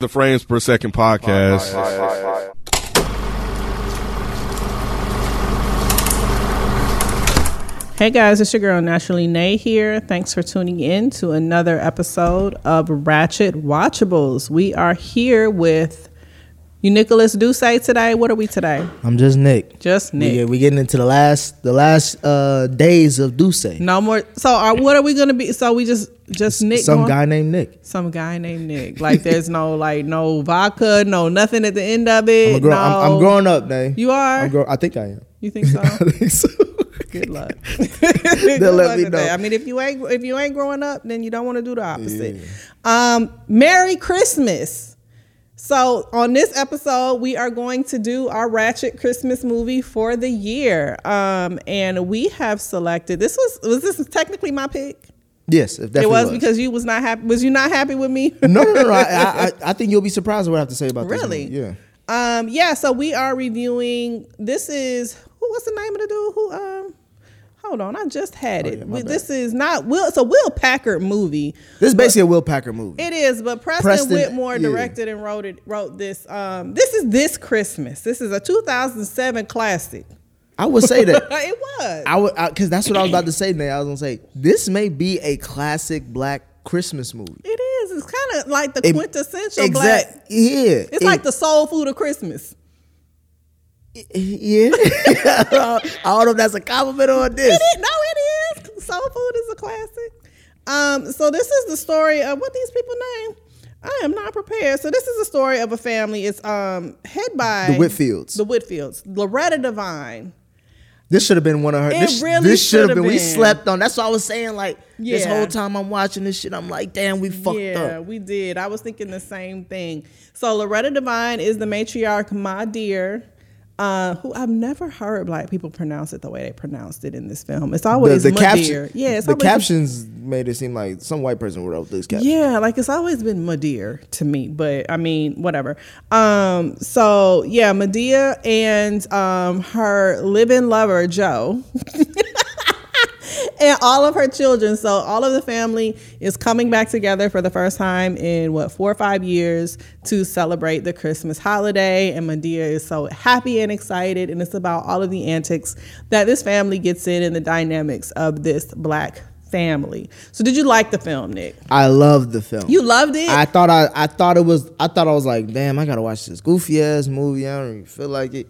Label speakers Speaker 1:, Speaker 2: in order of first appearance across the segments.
Speaker 1: The Frames Per Second podcast.
Speaker 2: Hey guys, it's your girl Naturally Nay here. Thanks for tuning in to another episode of Ratchet Watchables. We are here with you, Nicholas Ducey today. What are we today?
Speaker 3: I'm just Nick.
Speaker 2: Just Nick.
Speaker 3: Yeah, we getting into the last the last uh days of Duce.
Speaker 2: No more. So, are, what are we gonna be? So we just just Nick.
Speaker 3: Some
Speaker 2: going-
Speaker 3: guy named Nick.
Speaker 2: Some guy named Nick. Like there's no like no vodka, no nothing at the end of
Speaker 3: I'm,
Speaker 2: it.
Speaker 3: a grown, I'm-
Speaker 2: no.
Speaker 3: I'm, growing up, man.
Speaker 2: You are.
Speaker 3: I'm grow- I think I am.
Speaker 2: you think so?
Speaker 3: I think so.
Speaker 2: Good luck. Good
Speaker 3: let me
Speaker 2: with that.
Speaker 3: know.
Speaker 2: I mean, if you ain't if you ain't growing up, then you don't want to do the opposite. Um, Merry Christmas. So on this episode, we are going to do our Ratchet Christmas movie for the year, um, and we have selected. This was was this technically my pick.
Speaker 3: Yes, if definitely
Speaker 2: it was, because you was not happy. Was you not happy with me?
Speaker 3: no, no, no. no. I, I, I- I think you'll be surprised at what I have to say about this.
Speaker 2: Really?
Speaker 3: movie. Yeah.
Speaker 2: Um, yeah, so we are reviewing. This is who? What's the name of the dude? Who? Um, hold on, I just had it.
Speaker 3: Oh, yeah, my
Speaker 2: We-
Speaker 3: bad.
Speaker 2: this is not Will. It's a Will Packard movie.
Speaker 3: This is basically a Will Packer movie.
Speaker 2: It is, but Preston,
Speaker 3: Preston,
Speaker 2: Whitmore
Speaker 3: yeah.
Speaker 2: directed and wrote it. Wrote this. Um, this is this Christmas. This is a 2007 classic.
Speaker 3: I would say that.
Speaker 2: It was.
Speaker 3: I would because that's what I was about to say. Nate. I was gonna say this may be a classic Black Christmas movie.
Speaker 2: it is. It's kind of like the
Speaker 3: It-
Speaker 2: quintessential
Speaker 3: Exact.
Speaker 2: black.
Speaker 3: Yeah.
Speaker 2: It's like the soul food of Christmas.
Speaker 3: yeah. I don't know if that's a compliment or this.
Speaker 2: It is- no, it is. Soul food is a classic. Um, so this is the story of what these people name. I am not prepared. So this is the story of a family. It's um head by
Speaker 3: The Whitfields.
Speaker 2: The Whitfields. Loretta Devine.
Speaker 3: This should have been one of her.
Speaker 2: It
Speaker 3: this
Speaker 2: really
Speaker 3: this should have
Speaker 2: shoulda
Speaker 3: been. We
Speaker 2: been.
Speaker 3: slept on. That's what I was saying. Like this
Speaker 2: Yeah.
Speaker 3: whole time I'm watching this shit, I'm like, damn, we fucked
Speaker 2: yeah,
Speaker 3: up.
Speaker 2: we did. I was thinking the same thing. So Loretta Devine is the matriarch, my dear. Uh, who I've never heard black people pronounce it the way they pronounced it in this film. It's always my dear. Yeah, it's
Speaker 3: the
Speaker 2: always
Speaker 3: captions made it seem like some white person wrote these captions.
Speaker 2: Yeah, like it's always been Medea to me, but I mean, whatever. Um, so yeah, Medea and um, her living lover Joe, and all of her children. So all of the family is coming back together for the first time in what four or five years to celebrate the Christmas holiday. And Medea is so happy and excited, and it's about all of the antics that this family gets in and the dynamics of this black. Family. So, did you like the film, Nick?
Speaker 3: I loved the film.
Speaker 2: You loved it.
Speaker 3: I thought I, I thought it was I thought I was like, damn, I gotta watch this goofy ass movie. I don't even feel like it.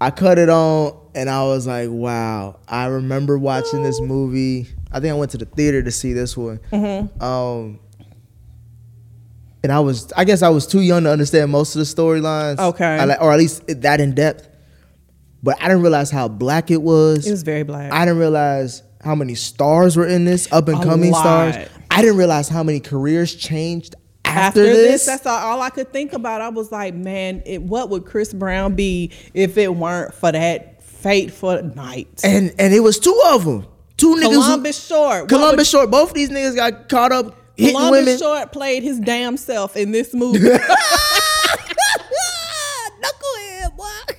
Speaker 3: I cut it on and I was like, wow. I remember watching this movie. I think I went to the theater to see this one.
Speaker 2: Mm-hmm.
Speaker 3: Um, and I was I guess I was too young to understand most of the storylines.
Speaker 2: Okay.
Speaker 3: I like- or at least it- that in depth. But I didn't realize how black it was.
Speaker 2: it was very black.
Speaker 3: I didn't realize how many stars were in this, up and
Speaker 2: A
Speaker 3: coming
Speaker 2: lot.
Speaker 3: stars. I didn't realize how many careers changed after,
Speaker 2: after
Speaker 3: this.
Speaker 2: this, that's all, all I could think about. I was like, man, it, what would Chris Brown be if it weren't for that fateful night?
Speaker 3: and and it was two of them, two niggas. who-
Speaker 2: Columbus Short. What
Speaker 3: Columbus
Speaker 2: would-
Speaker 3: Short. Both these niggas got caught up hitting
Speaker 2: Columbus
Speaker 3: women.
Speaker 2: Short played his damn self in this movie.
Speaker 3: Knucklehead, boy.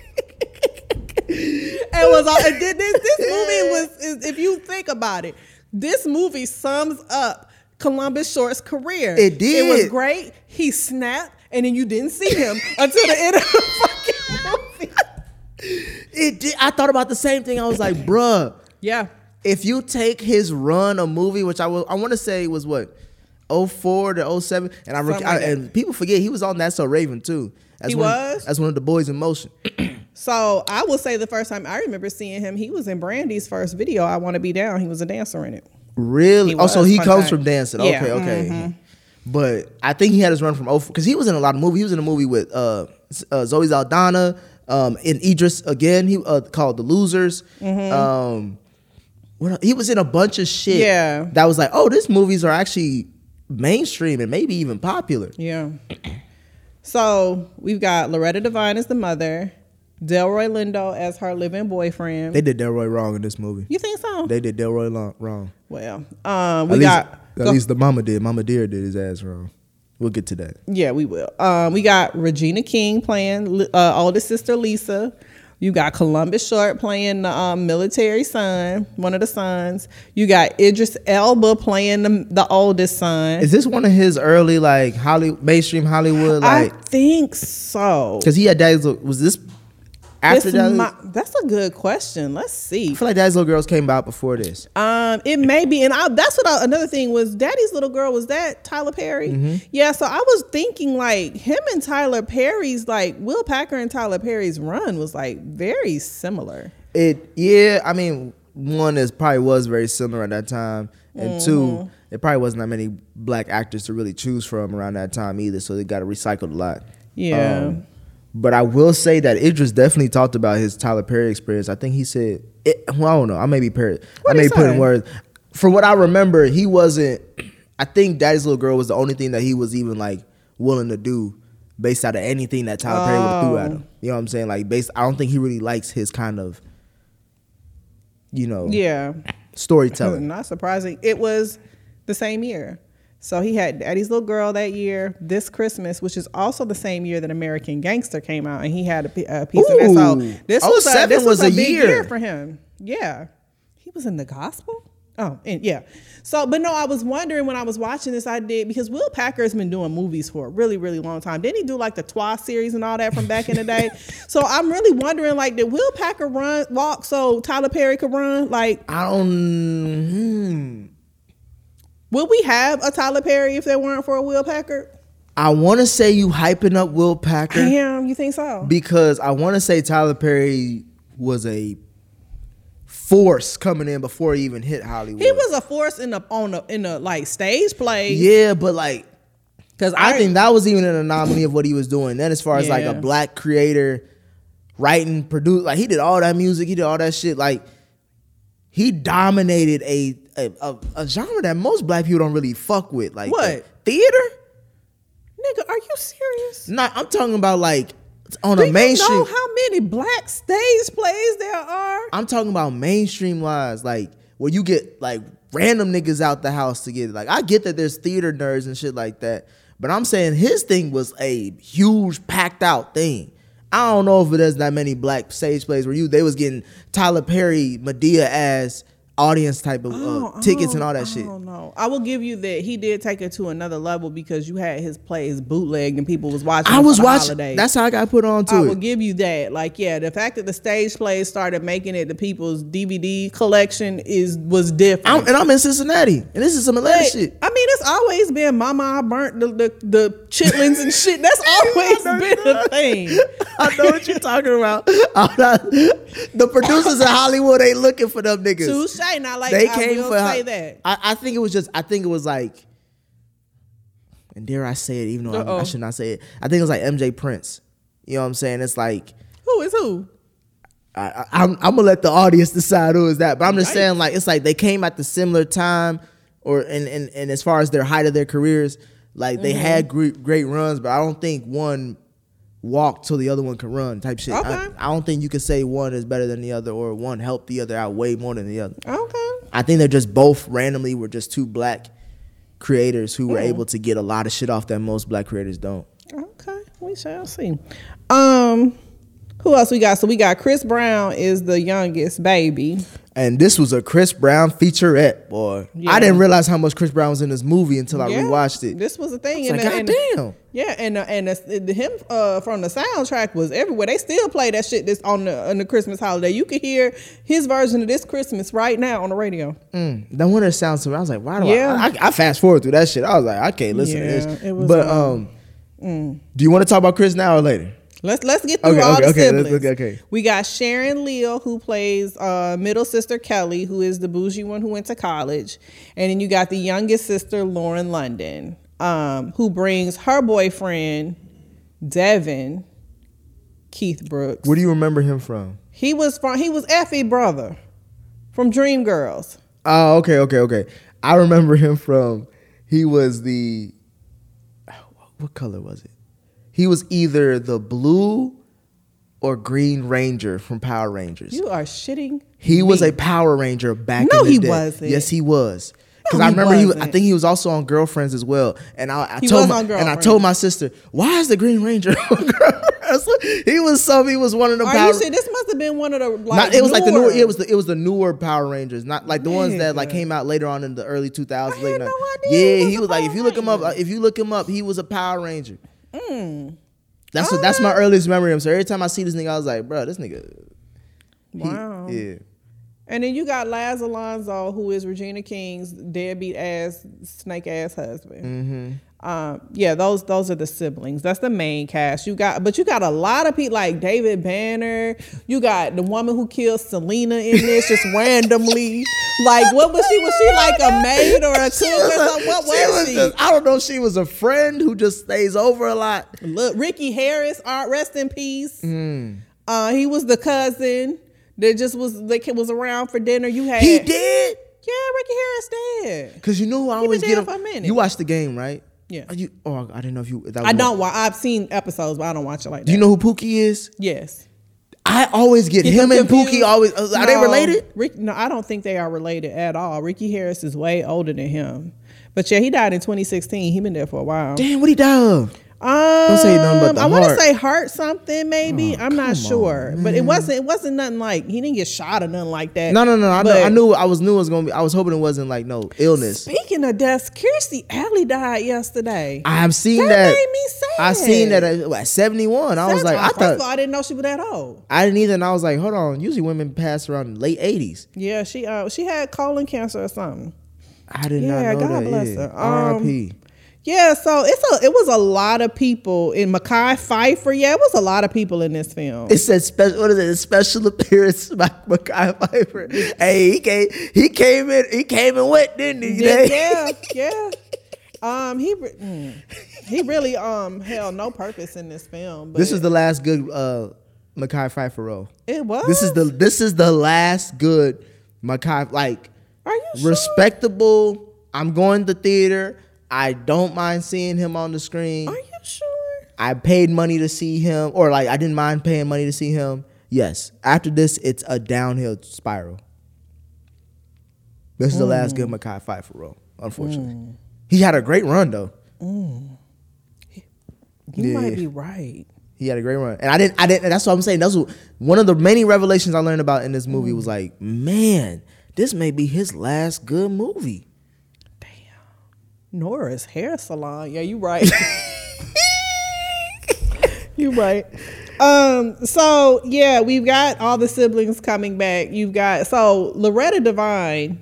Speaker 2: it was all, it did- this, this movie was is, if you think about it this movie sums up columbus short's career
Speaker 3: It did.
Speaker 2: it was great he snapped and then you didn't see him until the end of the fucking movie
Speaker 3: it did. I thought about the same thing. I was like, bruh.
Speaker 2: yeah
Speaker 3: if you take his run a movie, which I will, I want to say was what 04 to 07, and I, rec-
Speaker 2: Something like
Speaker 3: I- and people forget he was on That's So Raven too. As
Speaker 2: He
Speaker 3: one,
Speaker 2: was?
Speaker 3: as one of the boys in motion.
Speaker 2: so i will say the first time i remember seeing him he was in brandy's first video i want to be down he was a dancer in it
Speaker 3: Really?
Speaker 2: He
Speaker 3: Oh, so
Speaker 2: was,
Speaker 3: he
Speaker 2: fun
Speaker 3: comes
Speaker 2: fact.
Speaker 3: from dancing.
Speaker 2: Yeah, Mm-hmm.
Speaker 3: Okay, okay. But I think he had his run from 04 because he was in a lot of movies. He was in a movie with uh, S- uh, Zoe Zaldana, um, in Idris again. He uh, called The Losers.
Speaker 2: Mm-hmm.
Speaker 3: Um, what, el- he was in a bunch of shit.
Speaker 2: Yeah.
Speaker 3: that was like, oh, these movies are actually mainstream and maybe even popular.
Speaker 2: Yeah. So we've got Loretta Devine as the mother, Delroy Lindo as her living boyfriend.
Speaker 3: They did Delroy wrong in this movie.
Speaker 2: you think so?
Speaker 3: They did Delroy long, wrong.
Speaker 2: well, um,
Speaker 3: At
Speaker 2: we
Speaker 3: least,
Speaker 2: got
Speaker 3: at
Speaker 2: go-
Speaker 3: least the mama did. Mama Deer did his ass wrong. We'll get to that.
Speaker 2: yeah, we will. Um, we got Regina King playing Li- uh, oldest sister Lisa. You got Columbus Short playing the um, military son, one of the sons. You got Idris Elba playing the, the oldest son.
Speaker 3: Is this one of his early like Hollywood mainstream Hollywood like?
Speaker 2: I think so.
Speaker 3: Because he had Daddy's Little. Was this after
Speaker 2: It's
Speaker 3: Daddy's?
Speaker 2: my- that's a good question. Let's see.
Speaker 3: I feel like Daddy's Little Girls came out before this.
Speaker 2: Um, it may be, and I, that's what I, another thing was. Daddy's little girl was that Tyler Perry? Yeah, so I was thinking like him and Tyler Perry's like Will Packer and Tyler Perry's run was like very similar.
Speaker 3: It yeah, I mean, one is probably was very similar at that time, and
Speaker 2: Mm-hmm.
Speaker 3: two, there probably wasn't that many black actors to really choose from around that time either, so they got recycled a lot.
Speaker 2: Yeah.
Speaker 3: Um, but I will say that Idris definitely talked about his Tyler Perry experience. I think he said, it, well, I don't know, I may be Perry, I
Speaker 2: What'd
Speaker 3: may
Speaker 2: he
Speaker 3: be putting
Speaker 2: say?
Speaker 3: words. From what I remember, he wasn't. I think Daddy's Little Girl was the only thing that he was even like willing to do, based out of anything that Tyler Perry would threw at him.
Speaker 2: Oh.
Speaker 3: You know what I'm saying? Like, based, I don't think he really likes his kind of you know,
Speaker 2: Yeah,
Speaker 3: storytelling.
Speaker 2: Mm, not surprising. It was the same year, so he had Daddy's little girl that year. This Christmas, which is also the same year that American Gangster came out, and he had a, p- a piece of that. So
Speaker 3: Ooh.
Speaker 2: this was a,
Speaker 3: 07
Speaker 2: this oh was,
Speaker 3: was
Speaker 2: a
Speaker 3: a
Speaker 2: big
Speaker 3: year.
Speaker 2: year for him. Yeah, he was in the gospel. Oh, and yeah. So, but no, I was wondering when I was watching this, I did because Will Packer has been doing movies for a really, really long time. Didn't he do like the Twa series and all that from back in the day? so I'm really wondering, like, did Will Packer run walk so Tyler Perry could run? Like,
Speaker 3: I don't. hmm.
Speaker 2: Would we have a Tyler Perry if there weren't for a Will Packard?
Speaker 3: I want to say you hyping up Will Packer
Speaker 2: Damn, you think so?
Speaker 3: because I want to say Tyler Perry was a force coming in before he even hit Hollywood.
Speaker 2: he was a force in the on the in the like stage play.
Speaker 3: yeah, but like
Speaker 2: because
Speaker 3: I think that was even an anomaly of what he was doing. Then as far as like
Speaker 2: Yeah.
Speaker 3: a black creator writing, produce, like he did all that music, he did all that shit. Like he dominated a a, a, a genre that most black people don't really fuck with. Like
Speaker 2: What?
Speaker 3: the theater.
Speaker 2: nigga, are you serious?
Speaker 3: Nah, I'm talking about like on
Speaker 2: Do
Speaker 3: a
Speaker 2: you
Speaker 3: mainstream.
Speaker 2: know how many black stage plays there are?
Speaker 3: I'm talking about mainstream lives, like where you get like random niggas out the house to get it. Like I get that there's theater nerds and shit like that, but I'm saying his thing was a huge packed out thing. I don't know if there's that many black stage plays where you they was getting Tyler Perry, Medea as audience type of
Speaker 2: Oh,
Speaker 3: uh, tickets and all that shit.
Speaker 2: I don't know. I will give you that he did take it to another level because you had his plays bootlegged and people was watching.
Speaker 3: I
Speaker 2: them
Speaker 3: was
Speaker 2: for the
Speaker 3: watching.
Speaker 2: holidays.
Speaker 3: That's how I got put on to
Speaker 2: I
Speaker 3: it.
Speaker 2: will give you that. Like, yeah, the fact that the stage plays started making it to people's DVD collection is was different.
Speaker 3: I'm, and I'm in Cincinnati, and this is some Atlanta
Speaker 2: But,
Speaker 3: shit.
Speaker 2: I mean, it's always been Mama. I burnt the the, the chitlins and shit. That's always been a thing.
Speaker 3: I know what you're talking about. I'm not- the producers in Hollywood ain't looking for them niggas.
Speaker 2: Touche. Not like
Speaker 3: they
Speaker 2: I
Speaker 3: came
Speaker 2: will
Speaker 3: for.
Speaker 2: say
Speaker 3: Ho-
Speaker 2: that.
Speaker 3: I, I think it was just. I think it was like. And dare I say it, even though I, I
Speaker 2: Uh-oh.
Speaker 3: should not say it. I think it was like MJ Prince. You know what I'm saying? It's like
Speaker 2: Who is who?
Speaker 3: I, I, I'm, I'm gonna let the audience decide who is that. But I'm just
Speaker 2: Yikes.
Speaker 3: saying, like, it's like they came at the similar time, or and and, and as far as their height of their careers, like
Speaker 2: Mm-hmm.
Speaker 3: they had great, great runs, but I don't think one walked till the other one could run type shit. I,
Speaker 2: Okay.
Speaker 3: I don't think you could say one is better than the other, or one helped the other out way more than the other.
Speaker 2: Okay.
Speaker 3: I think they're just both randomly were just two black creators who were
Speaker 2: Mm-hmm.
Speaker 3: able to get a lot of shit off that most black creators don't.
Speaker 2: Okay. We shall see. Um, who else we got? So we got Chris Brown is the youngest baby.
Speaker 3: And this was a Chris Brown featurette, boy.
Speaker 2: Yeah.
Speaker 3: I didn't realize how much Chris Brown was in this movie until I
Speaker 2: Yeah.
Speaker 3: rewatched Oh, it.
Speaker 2: This was a thing.
Speaker 3: It's like,
Speaker 2: the-
Speaker 3: God damn.
Speaker 2: Yeah, and uh, and the, him uh, from the soundtrack was everywhere. They still play that shit this on the on the Christmas holiday. You could hear his version of this Christmas right now on the radio.
Speaker 3: Mm, that one that sounds to me, I was like, why do
Speaker 2: Yeah.
Speaker 3: I, I? I fast forward through that shit. I was like, I can't listen
Speaker 2: Yeah,
Speaker 3: to this.
Speaker 2: it was, Mm.
Speaker 3: but
Speaker 2: um,
Speaker 3: um, do you want to talk about Chris now or later?
Speaker 2: Let's let's get through
Speaker 3: Okay,
Speaker 2: all
Speaker 3: okay,
Speaker 2: the
Speaker 3: okay, let's-
Speaker 2: siblings.
Speaker 3: okay, okay.
Speaker 2: We got Sharon Leal who plays uh, middle sister Kelly, who is the bougie one who went to college, and then you got the youngest sister Lauren London, um, who brings her boyfriend Devin Keith Brooks.
Speaker 3: Where do you remember him from?
Speaker 2: He was from he was Effie brother from Dreamgirls.
Speaker 3: Oh, okay, okay, okay. I remember him from. He was the. What color was it? He was either the blue or green ranger from Power Rangers.
Speaker 2: You are shitting.
Speaker 3: He was
Speaker 2: me.
Speaker 3: a Power Ranger back
Speaker 2: No,
Speaker 3: in the
Speaker 2: he
Speaker 3: day.
Speaker 2: wasn't.
Speaker 3: Yes, he was. Because
Speaker 2: No,
Speaker 3: I
Speaker 2: he
Speaker 3: remember he was, I
Speaker 2: wasn't.
Speaker 3: think he was also on Girlfriends as well. And I, I
Speaker 2: He was
Speaker 3: told my,
Speaker 2: on
Speaker 3: and I
Speaker 2: Girlfriends.
Speaker 3: told my sister, why is the Green Ranger on Girlfriends? wrestler. He was some. He was one of the
Speaker 2: Are
Speaker 3: power.
Speaker 2: you sure this must have been one of the like
Speaker 3: Not, it was like the
Speaker 2: newer-
Speaker 3: newer. It was the it was the newer Power Rangers, not like the ones that like
Speaker 2: Nigga.
Speaker 3: came out later on in the early 2000s.
Speaker 2: I
Speaker 3: late
Speaker 2: had no idea
Speaker 3: 90s.
Speaker 2: he
Speaker 3: Yeah,
Speaker 2: was
Speaker 3: he
Speaker 2: a
Speaker 3: was like
Speaker 2: Power Mm.
Speaker 3: if you look him up, uh,
Speaker 2: Ranger.
Speaker 3: if you look him up, he was a Power Ranger. That's what,
Speaker 2: Ah.
Speaker 3: that's my earliest memory of him. So every time I see this nigga, I was like, bro, this nigga. he-
Speaker 2: wow.
Speaker 3: yeah.
Speaker 2: And then you got Laz Alonso, who is Regina King's deadbeat ass, snake ass
Speaker 3: Mm-hmm.
Speaker 2: husband. Um, yeah, those those are the siblings. That's the main cast. You got, but you got a lot of people like David Banner. You got the woman who killed Selena in this just randomly. Like, what was she? Was she like a maid or a cook or something? What
Speaker 3: She
Speaker 2: was she?
Speaker 3: just- I don't know if she was a friend who just stays over a lot.
Speaker 2: Look, Ricky Harris, uh, rest in peace.
Speaker 3: Mm.
Speaker 2: Uh, he was the cousin that just was that was around for dinner. You had
Speaker 3: He did.
Speaker 2: Yeah, Ricky Harris dead.
Speaker 3: Cause you know who I
Speaker 2: been
Speaker 3: always
Speaker 2: dead
Speaker 3: get him.
Speaker 2: for a minute.
Speaker 3: You watch the game, right?
Speaker 2: Yeah.
Speaker 3: Are you oh I didn't know if you that
Speaker 2: I
Speaker 3: was-
Speaker 2: don't watch. I've seen episodes, but I don't watch it like that.
Speaker 3: Do you know who Pookie is?
Speaker 2: Yes.
Speaker 3: I always get
Speaker 2: Get
Speaker 3: him
Speaker 2: them
Speaker 3: and Pookie
Speaker 2: confused.
Speaker 3: always uh, are they
Speaker 2: No,
Speaker 3: related?
Speaker 2: Rick, no, I don't think they are related at all. Ricky Harris is way older than him. But yeah, he died in 2016. He been there for a while.
Speaker 3: Damn, what he die of?
Speaker 2: Um,
Speaker 3: say nothing but the
Speaker 2: I want to
Speaker 3: heart. Oh,
Speaker 2: say heart something maybe. I'm not sure, but it wasn't. It wasn't nothing like he didn't get shot or nothing like that.
Speaker 3: No, no, no. I, know,
Speaker 2: But
Speaker 3: I knew I was knew it was gonna be. I was hoping it wasn't like no illness.
Speaker 2: Speaking of deaths, Kirstie Alley died yesterday.
Speaker 3: I have seen
Speaker 2: That
Speaker 3: that.
Speaker 2: made me sad.
Speaker 3: I seen that at, what, 71. I was
Speaker 2: That's-
Speaker 3: like, I
Speaker 2: first of all,
Speaker 3: thought
Speaker 2: I didn't know she was that old.
Speaker 3: I didn't either. And I was like, hold on. Usually women pass around late 80s.
Speaker 2: Yeah, she uh, she had colon cancer or something.
Speaker 3: I did
Speaker 2: Yeah,
Speaker 3: not know
Speaker 2: God
Speaker 3: that.
Speaker 2: bless
Speaker 3: yeah.
Speaker 2: her. Um,
Speaker 3: R.I.P.
Speaker 2: Yeah, so it's a it was a lot of people in Mackay Pfeiffer. Yeah, it was a lot of people in this film.
Speaker 3: It said special. What is it? Special appearance by Mackay Pfeiffer. Hey, he came. He came in. He came and went, didn't he?
Speaker 2: yeah,
Speaker 3: Dave?
Speaker 2: yeah, yeah. Um, he re- mm. he really um held no purpose in this film. But
Speaker 3: This is the last good uh, Mackay Pfeiffer role.
Speaker 2: it was.
Speaker 3: This is the this is the last good Mackay like
Speaker 2: are you sure?
Speaker 3: respectable. I'm going to theater. I don't mind seeing him on the screen.
Speaker 2: Are you sure?
Speaker 3: I paid money to see him, or like I didn't mind paying money to see him. Yes. After this, it's a downhill spiral. This is the
Speaker 2: Mm.
Speaker 3: last good Makai fight for real, unfortunately. He had a great run though.
Speaker 2: You
Speaker 3: Yeah.
Speaker 2: might be right.
Speaker 3: He had a great run. And I didn't I didn't that's what I'm saying. That's what, one of the many revelations I learned about in this movie was like, man, this may be his last good movie.
Speaker 2: Nora's hair salon. Yeah, you right. you right. Um, so yeah, we've got all the siblings coming back. You've got so Loretta Devine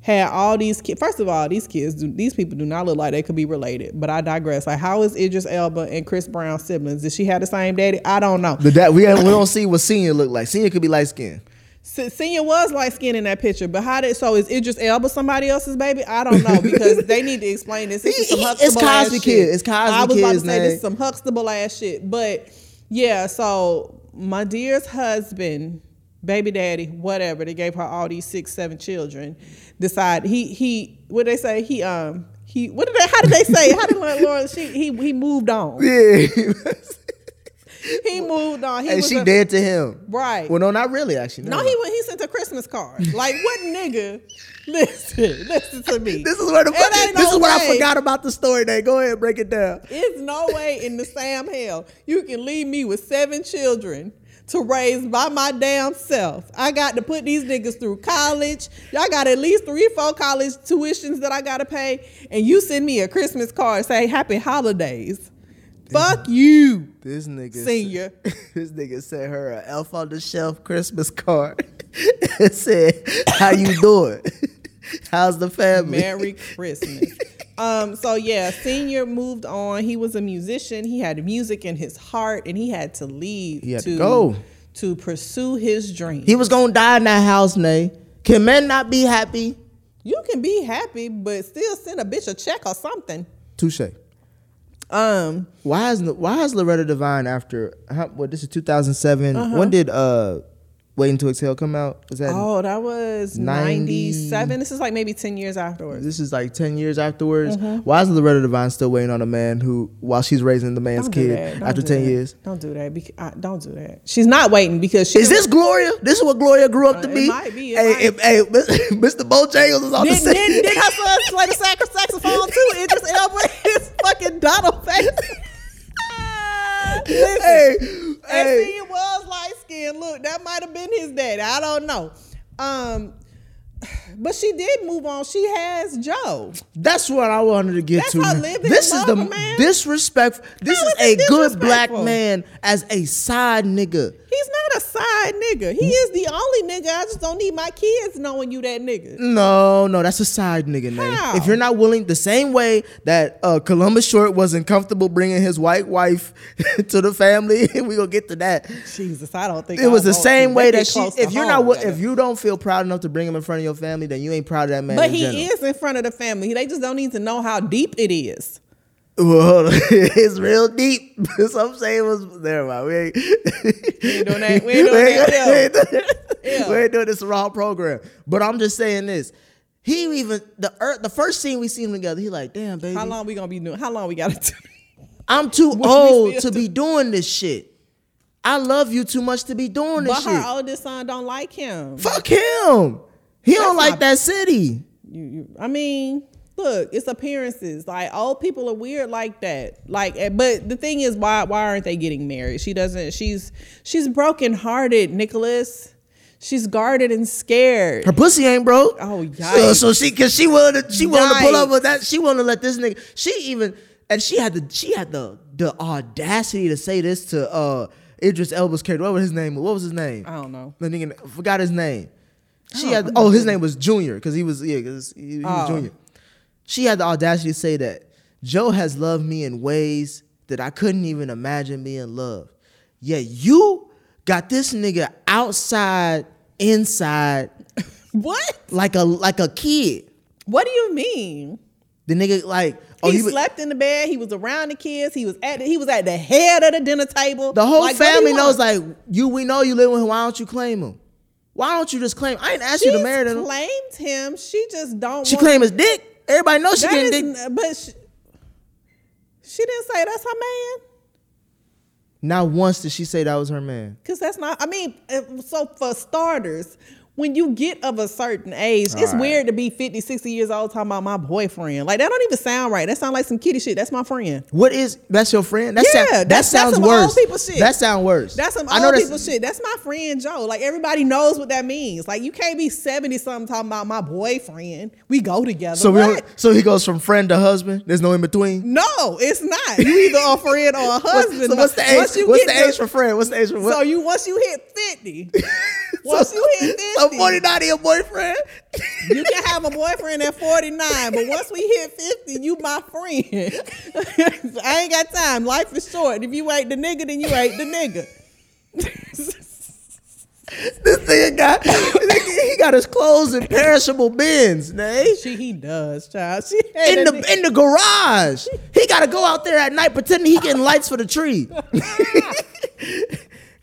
Speaker 2: had all these kids. First of all, these kids do these people do not look like they could be related. But I digress. Like, how is Idris Elba and Chris Brown siblings? Did she have the same daddy? I don't know.
Speaker 3: The dad, we, we don't see what senior look like. Senior could be light skinned.
Speaker 2: Se- Senior was light skinned in that picture, but how did so is Idris Elba somebody else's baby? I don't know because they need to explain this. This is some
Speaker 3: He- he- it's
Speaker 2: Huxtable ass
Speaker 3: Cosby
Speaker 2: shit.
Speaker 3: Kid. It's Cosby
Speaker 2: I was about to
Speaker 3: Kid's
Speaker 2: say this
Speaker 3: name.
Speaker 2: is some Huxtable ass shit, but yeah. So my dear's husband, baby daddy, whatever, they gave her all these six, seven children. Decide he he what they say he um he what did they how did they say how did Lauren- Lauren she he he moved on
Speaker 3: Yeah.
Speaker 2: he moved on he
Speaker 3: and
Speaker 2: was
Speaker 3: she
Speaker 2: a-
Speaker 3: dead to him.
Speaker 2: right
Speaker 3: Well, no, not really, actually.
Speaker 2: No,
Speaker 3: Never
Speaker 2: he
Speaker 3: mind.
Speaker 2: went, he sent a Christmas card. Like what nigga? Listen, listen to me.
Speaker 3: This is where the
Speaker 2: It
Speaker 3: fuck,
Speaker 2: ain't
Speaker 3: This
Speaker 2: no
Speaker 3: is what I
Speaker 2: way.
Speaker 3: forgot about the story. Day, go ahead, break it down.
Speaker 2: It's no way in the Sam hell you can leave me with seven children to raise by my damn self. I got to put these niggas through college. Y'all got at least three, four college tuitions that I gotta pay, and you send me a Christmas card say Happy Holidays. Fuck you,
Speaker 3: This nigga,
Speaker 2: senior.
Speaker 3: this nigga sent her an elf on the shelf Christmas card and said, "How you doing? How's the family?"
Speaker 2: Merry Christmas. Um, so yeah, senior moved on. He was a musician. He had music in his heart, and he had to leave
Speaker 3: He had to go.
Speaker 2: to pursue his dream.
Speaker 3: He was gonna die in that house, Nay. Can men not be happy?
Speaker 2: you can be happy, but still send a bitch a check or something.
Speaker 3: Touche.
Speaker 2: Um,
Speaker 3: Why is why is Loretta Devine after? How, what this is 2007. When did uh, Waiting to Exhale come out? Was that
Speaker 2: Uh-huh. oh, that was
Speaker 3: 90.
Speaker 2: ninety-seven. This is like maybe ten years afterwards.
Speaker 3: This is like ten years afterwards.
Speaker 2: Uh-huh.
Speaker 3: Why is Loretta Devine still waiting on a man who, while she's raising the man's
Speaker 2: Don't do that.
Speaker 3: kid,
Speaker 2: Don't
Speaker 3: after
Speaker 2: do
Speaker 3: ten
Speaker 2: that.
Speaker 3: years?
Speaker 2: don't do that. Bec- I, don't do that. She's not waiting because she
Speaker 3: Is this Gloria? This is what Gloria grew up to
Speaker 2: Uh, it
Speaker 3: be.
Speaker 2: might be, it
Speaker 3: hey,
Speaker 2: might.
Speaker 3: hey, hey, Mr. Bojangles is on the
Speaker 2: Did,
Speaker 3: set.
Speaker 2: did, did her son play the sax- saxophone too? Idris Elba is fucking Donald Faison. Listen,
Speaker 3: hey,
Speaker 2: and look, that might have been his dad. I don't know. Um, but she did move on. She has Joe.
Speaker 3: That's what I wanted to get
Speaker 2: That's
Speaker 3: to.
Speaker 2: how living
Speaker 3: this is the
Speaker 2: lover, man.
Speaker 3: disrespect. This
Speaker 2: How
Speaker 3: is
Speaker 2: is
Speaker 3: a
Speaker 2: it
Speaker 3: good black
Speaker 2: disrespectful?
Speaker 3: man as a side nigga.
Speaker 2: He's not a side nigga. He is the only nigga. I just don't need my kids knowing you that nigga.
Speaker 3: No, no, that's a side nigga name.
Speaker 2: How?
Speaker 3: If you're not willing, the same way that uh, Columbus Short wasn't comfortable bringing his white wife to the family, we gonna get to that.
Speaker 2: Jesus, I don't think
Speaker 3: It
Speaker 2: I
Speaker 3: was the
Speaker 2: want
Speaker 3: same
Speaker 2: to.
Speaker 3: way
Speaker 2: They
Speaker 3: that
Speaker 2: get
Speaker 3: she.
Speaker 2: close to
Speaker 3: If you're not,
Speaker 2: home,
Speaker 3: wi-
Speaker 2: nigga.
Speaker 3: if you don't feel proud enough to bring him in front of your family, then you ain't proud of that man.
Speaker 2: but
Speaker 3: in
Speaker 2: he
Speaker 3: general.
Speaker 2: is in front of the family. They just don't need to know how deep it is.
Speaker 3: Well, hold on. it's real deep. Some say it was. Never mind. We ain't,
Speaker 2: ain't doing that. We ain't doing that.
Speaker 3: we ain't doing that.
Speaker 2: Ew.
Speaker 3: We ain't doing this raw program. But I'm just saying this. He even the ear- the first scene we seen together. He like, damn baby,
Speaker 2: How long we gonna be doing? How long we gotta do?
Speaker 3: I'm too
Speaker 2: we
Speaker 3: old to
Speaker 2: still
Speaker 3: be doing this shit. I love you too much to be doing this
Speaker 2: But her
Speaker 3: shit.
Speaker 2: oldest son don't like him.
Speaker 3: Fuck him. He
Speaker 2: That's
Speaker 3: don't like
Speaker 2: my-
Speaker 3: that city.
Speaker 2: You, you, I mean, look, it's appearances. Like old people are weird like that. Like, eh, but the thing is, why why aren't they getting married? She doesn't. She's she's broken hearted, Nicholas. She's guarded and scared.
Speaker 3: Her pussy ain't broke.
Speaker 2: Oh,
Speaker 3: So,
Speaker 2: yikes.
Speaker 3: so she, cause she willing to, she willing to pull up
Speaker 2: Yikes.
Speaker 3: with that. She willing to let this nigga. She even, and she had the, she had the, the audacity to say this to uh Idris Elba's character. What was his name? What was his name?
Speaker 2: I don't know.
Speaker 3: The nigga forgot his name. She had, oh, his name was Junior, cause he was, yeah, cause he, he was
Speaker 2: Oh.
Speaker 3: Junior. She had the audacity to say that Joe has loved me in ways that I couldn't even imagine being loved. Yeah, you got this nigga outside, inside
Speaker 2: What?
Speaker 3: like a like a kid.
Speaker 2: What do you mean?
Speaker 3: The nigga like oh
Speaker 2: he,
Speaker 3: he, was-
Speaker 2: slept in the bed. He was around the kids. He was at the, he was at the head of the dinner table.
Speaker 3: the whole
Speaker 2: Like, what do
Speaker 3: family
Speaker 2: you
Speaker 3: knows
Speaker 2: want?
Speaker 3: like you we know you live with him. Why don't you claim him? Why don't you just claim? I ain't asked you to
Speaker 2: She's
Speaker 3: marry him.
Speaker 2: claimed him. She just don't.
Speaker 3: she
Speaker 2: want
Speaker 3: claimed his dick. Everybody knows she
Speaker 2: That
Speaker 3: getting
Speaker 2: is,
Speaker 3: dick.
Speaker 2: n- but she, she didn't say that's her man.
Speaker 3: Not once did she say that was her man.
Speaker 2: Cause that's not. I mean, uh, so for starters, when you get of a certain age, it's
Speaker 3: right.
Speaker 2: weird to be 50, 60 years old talking about my boyfriend. Like that don't even sound right. That sound like some kitty shit. That's my friend.
Speaker 3: What is that's your friend? That,
Speaker 2: Yeah,
Speaker 3: sound- that,
Speaker 2: that's- that's
Speaker 3: sounds
Speaker 2: some old
Speaker 3: worse.
Speaker 2: people shit.
Speaker 3: That sound worse.
Speaker 2: That's some
Speaker 3: I know
Speaker 2: old
Speaker 3: that's-
Speaker 2: people shit. That's my friend Joe. Like everybody knows what that means. Like you can't be 70 something talking about my boyfriend. We go together.
Speaker 3: So we
Speaker 2: what?
Speaker 3: don't, so he goes from friend to husband. There's no in between.
Speaker 2: no, it's not. You either a friend or a husband.
Speaker 3: so what's the age?
Speaker 2: Once you
Speaker 3: What's
Speaker 2: get
Speaker 3: the age for friend? What's the age for what?
Speaker 2: So you once you hit 50. once you hit 50.
Speaker 3: So 49 your boyfriend?
Speaker 2: you can have a boyfriend at 49, but once we hit 50, you my friend. I ain't got time. Life is short. If you ain't the nigga, then you ain't the nigga.
Speaker 3: This nigga got he got his clothes in perishable bins, nay.
Speaker 2: She he does, child. She ain't
Speaker 3: In
Speaker 2: a
Speaker 3: the
Speaker 2: nigga.
Speaker 3: in the garage. He gotta go out there at night pretending he getting lights for the tree.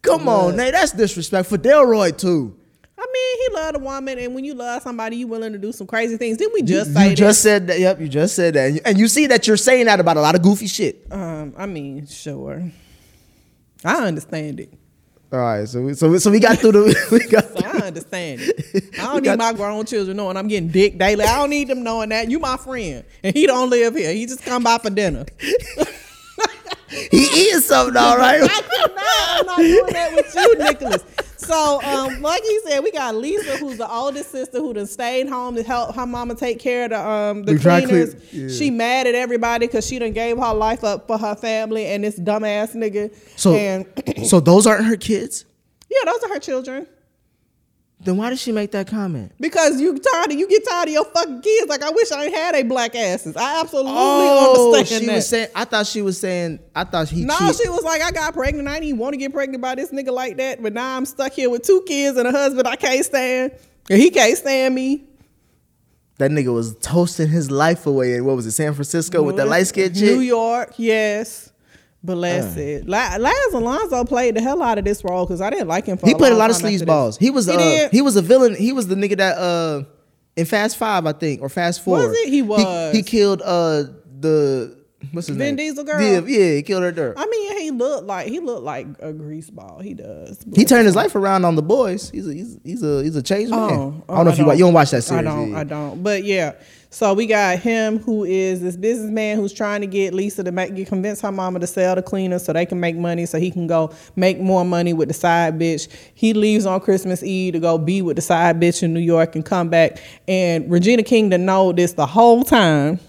Speaker 3: Come on, Nay, that's disrespectful. Delroy too.
Speaker 2: I mean, he loved a woman, and when you love somebody, you willing to do some crazy things. Didn't we just say
Speaker 3: You just said that. Yep, you just said that. And you, and you see that you're saying that about a lot of goofy shit.
Speaker 2: that? Um, I mean, sure. I understand it.
Speaker 3: All right, so we, so we, so we got through the we got
Speaker 2: So I understand it. I
Speaker 3: We
Speaker 2: don't
Speaker 3: got-
Speaker 2: need my grown children knowing I'm getting dick daily. I don't need them knowing that. You my friend. And he don't live here. He just come by for dinner.
Speaker 3: he eating something all right.
Speaker 2: I cannot. I'm not doing that with you, Nicholas. So, um, like he said, we got Lisa, who's the oldest sister, who done stayed home to help her mama take care of the um the
Speaker 3: The dry clean-
Speaker 2: cleaners.
Speaker 3: yeah.
Speaker 2: She mad at everybody because she done gave her life up for her family and this dumbass nigga.
Speaker 3: So
Speaker 2: and
Speaker 3: so those aren't her kids.
Speaker 2: yeah, those are her children.
Speaker 3: Then why did she make that comment?
Speaker 2: Because you tired of you get tired of your fucking kids. Like I wish I ain't had a black asses. I absolutely understand
Speaker 3: Oh, she
Speaker 2: that.
Speaker 3: was saying. I thought she was saying. I thought he.
Speaker 2: No,
Speaker 3: cheated.
Speaker 2: she was like, I got pregnant. I didn't even want to get pregnant by this nigga like that. But now I'm stuck here with two kids and a husband I can't stand. And he can't stand me.
Speaker 3: that nigga was toasting his life away in what was it, San Francisco, with that light skinned chick.
Speaker 2: New York, yes. But that's it. La- Laz Alonso played the hell out of this role because I didn't like him for
Speaker 3: He played a lot of
Speaker 2: time after
Speaker 3: sleaze
Speaker 2: this.
Speaker 3: balls. He was.
Speaker 2: He
Speaker 3: uh,
Speaker 2: did?
Speaker 3: he was a villain. He was the nigga that uh, in Fast Five, I think, or Fast Four.
Speaker 2: Was it? He was.
Speaker 3: He, killed uh the What's his
Speaker 2: Vin
Speaker 3: name?
Speaker 2: Diesel girl?
Speaker 3: Div, yeah, he killed her dirt.
Speaker 2: I mean, he looked like he looked like a greaseball. He does.
Speaker 3: He turned his life around on the boys. He's a, he's he's a he's a changed man. I don't know if you watch, you don't watch that series.
Speaker 2: I Oh, don't.
Speaker 3: yeah.
Speaker 2: I don't. But yeah. So we got him, who is this businessman who's trying to get Lisa to make, convince her mama to sell the cleaner so they can make money, so he can go make more money with the side bitch. He leaves on Christmas Eve to go be with the side bitch in New York and come back. And Regina King to know this the whole time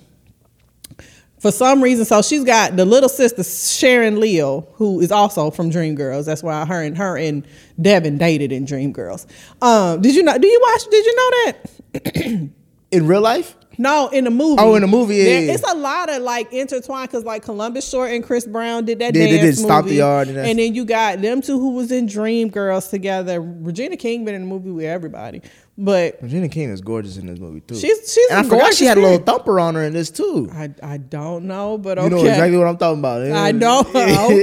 Speaker 2: for some reason, so she's got the little sister Sharon Leo, who is also from Dreamgirls. That's why her and her and Devin dated in Dreamgirls. Um, did you know? Do you watch? Did you know that?
Speaker 3: In real life,
Speaker 2: No, in the movie.
Speaker 3: Oh, in the movie, yeah,
Speaker 2: There-
Speaker 3: yeah.
Speaker 2: It's a lot of like intertwined because like Columbus Short and Chris Brown did that
Speaker 3: They- they
Speaker 2: dance
Speaker 3: did Stop the
Speaker 2: movie.
Speaker 3: Yard and
Speaker 2: and,
Speaker 3: that's-
Speaker 2: then you got them two who was in Dreamgirls together. Regina King been in the movie with everybody, but
Speaker 3: Regina King is gorgeous in this movie too.
Speaker 2: She's- she's
Speaker 3: Mm. and I
Speaker 2: a
Speaker 3: forgot she
Speaker 2: gorgeous
Speaker 3: had a little
Speaker 2: bitch.
Speaker 3: thumper on her in this too.
Speaker 2: I I don't know. But okay,
Speaker 3: You know exactly what I'm talking about.
Speaker 2: I know.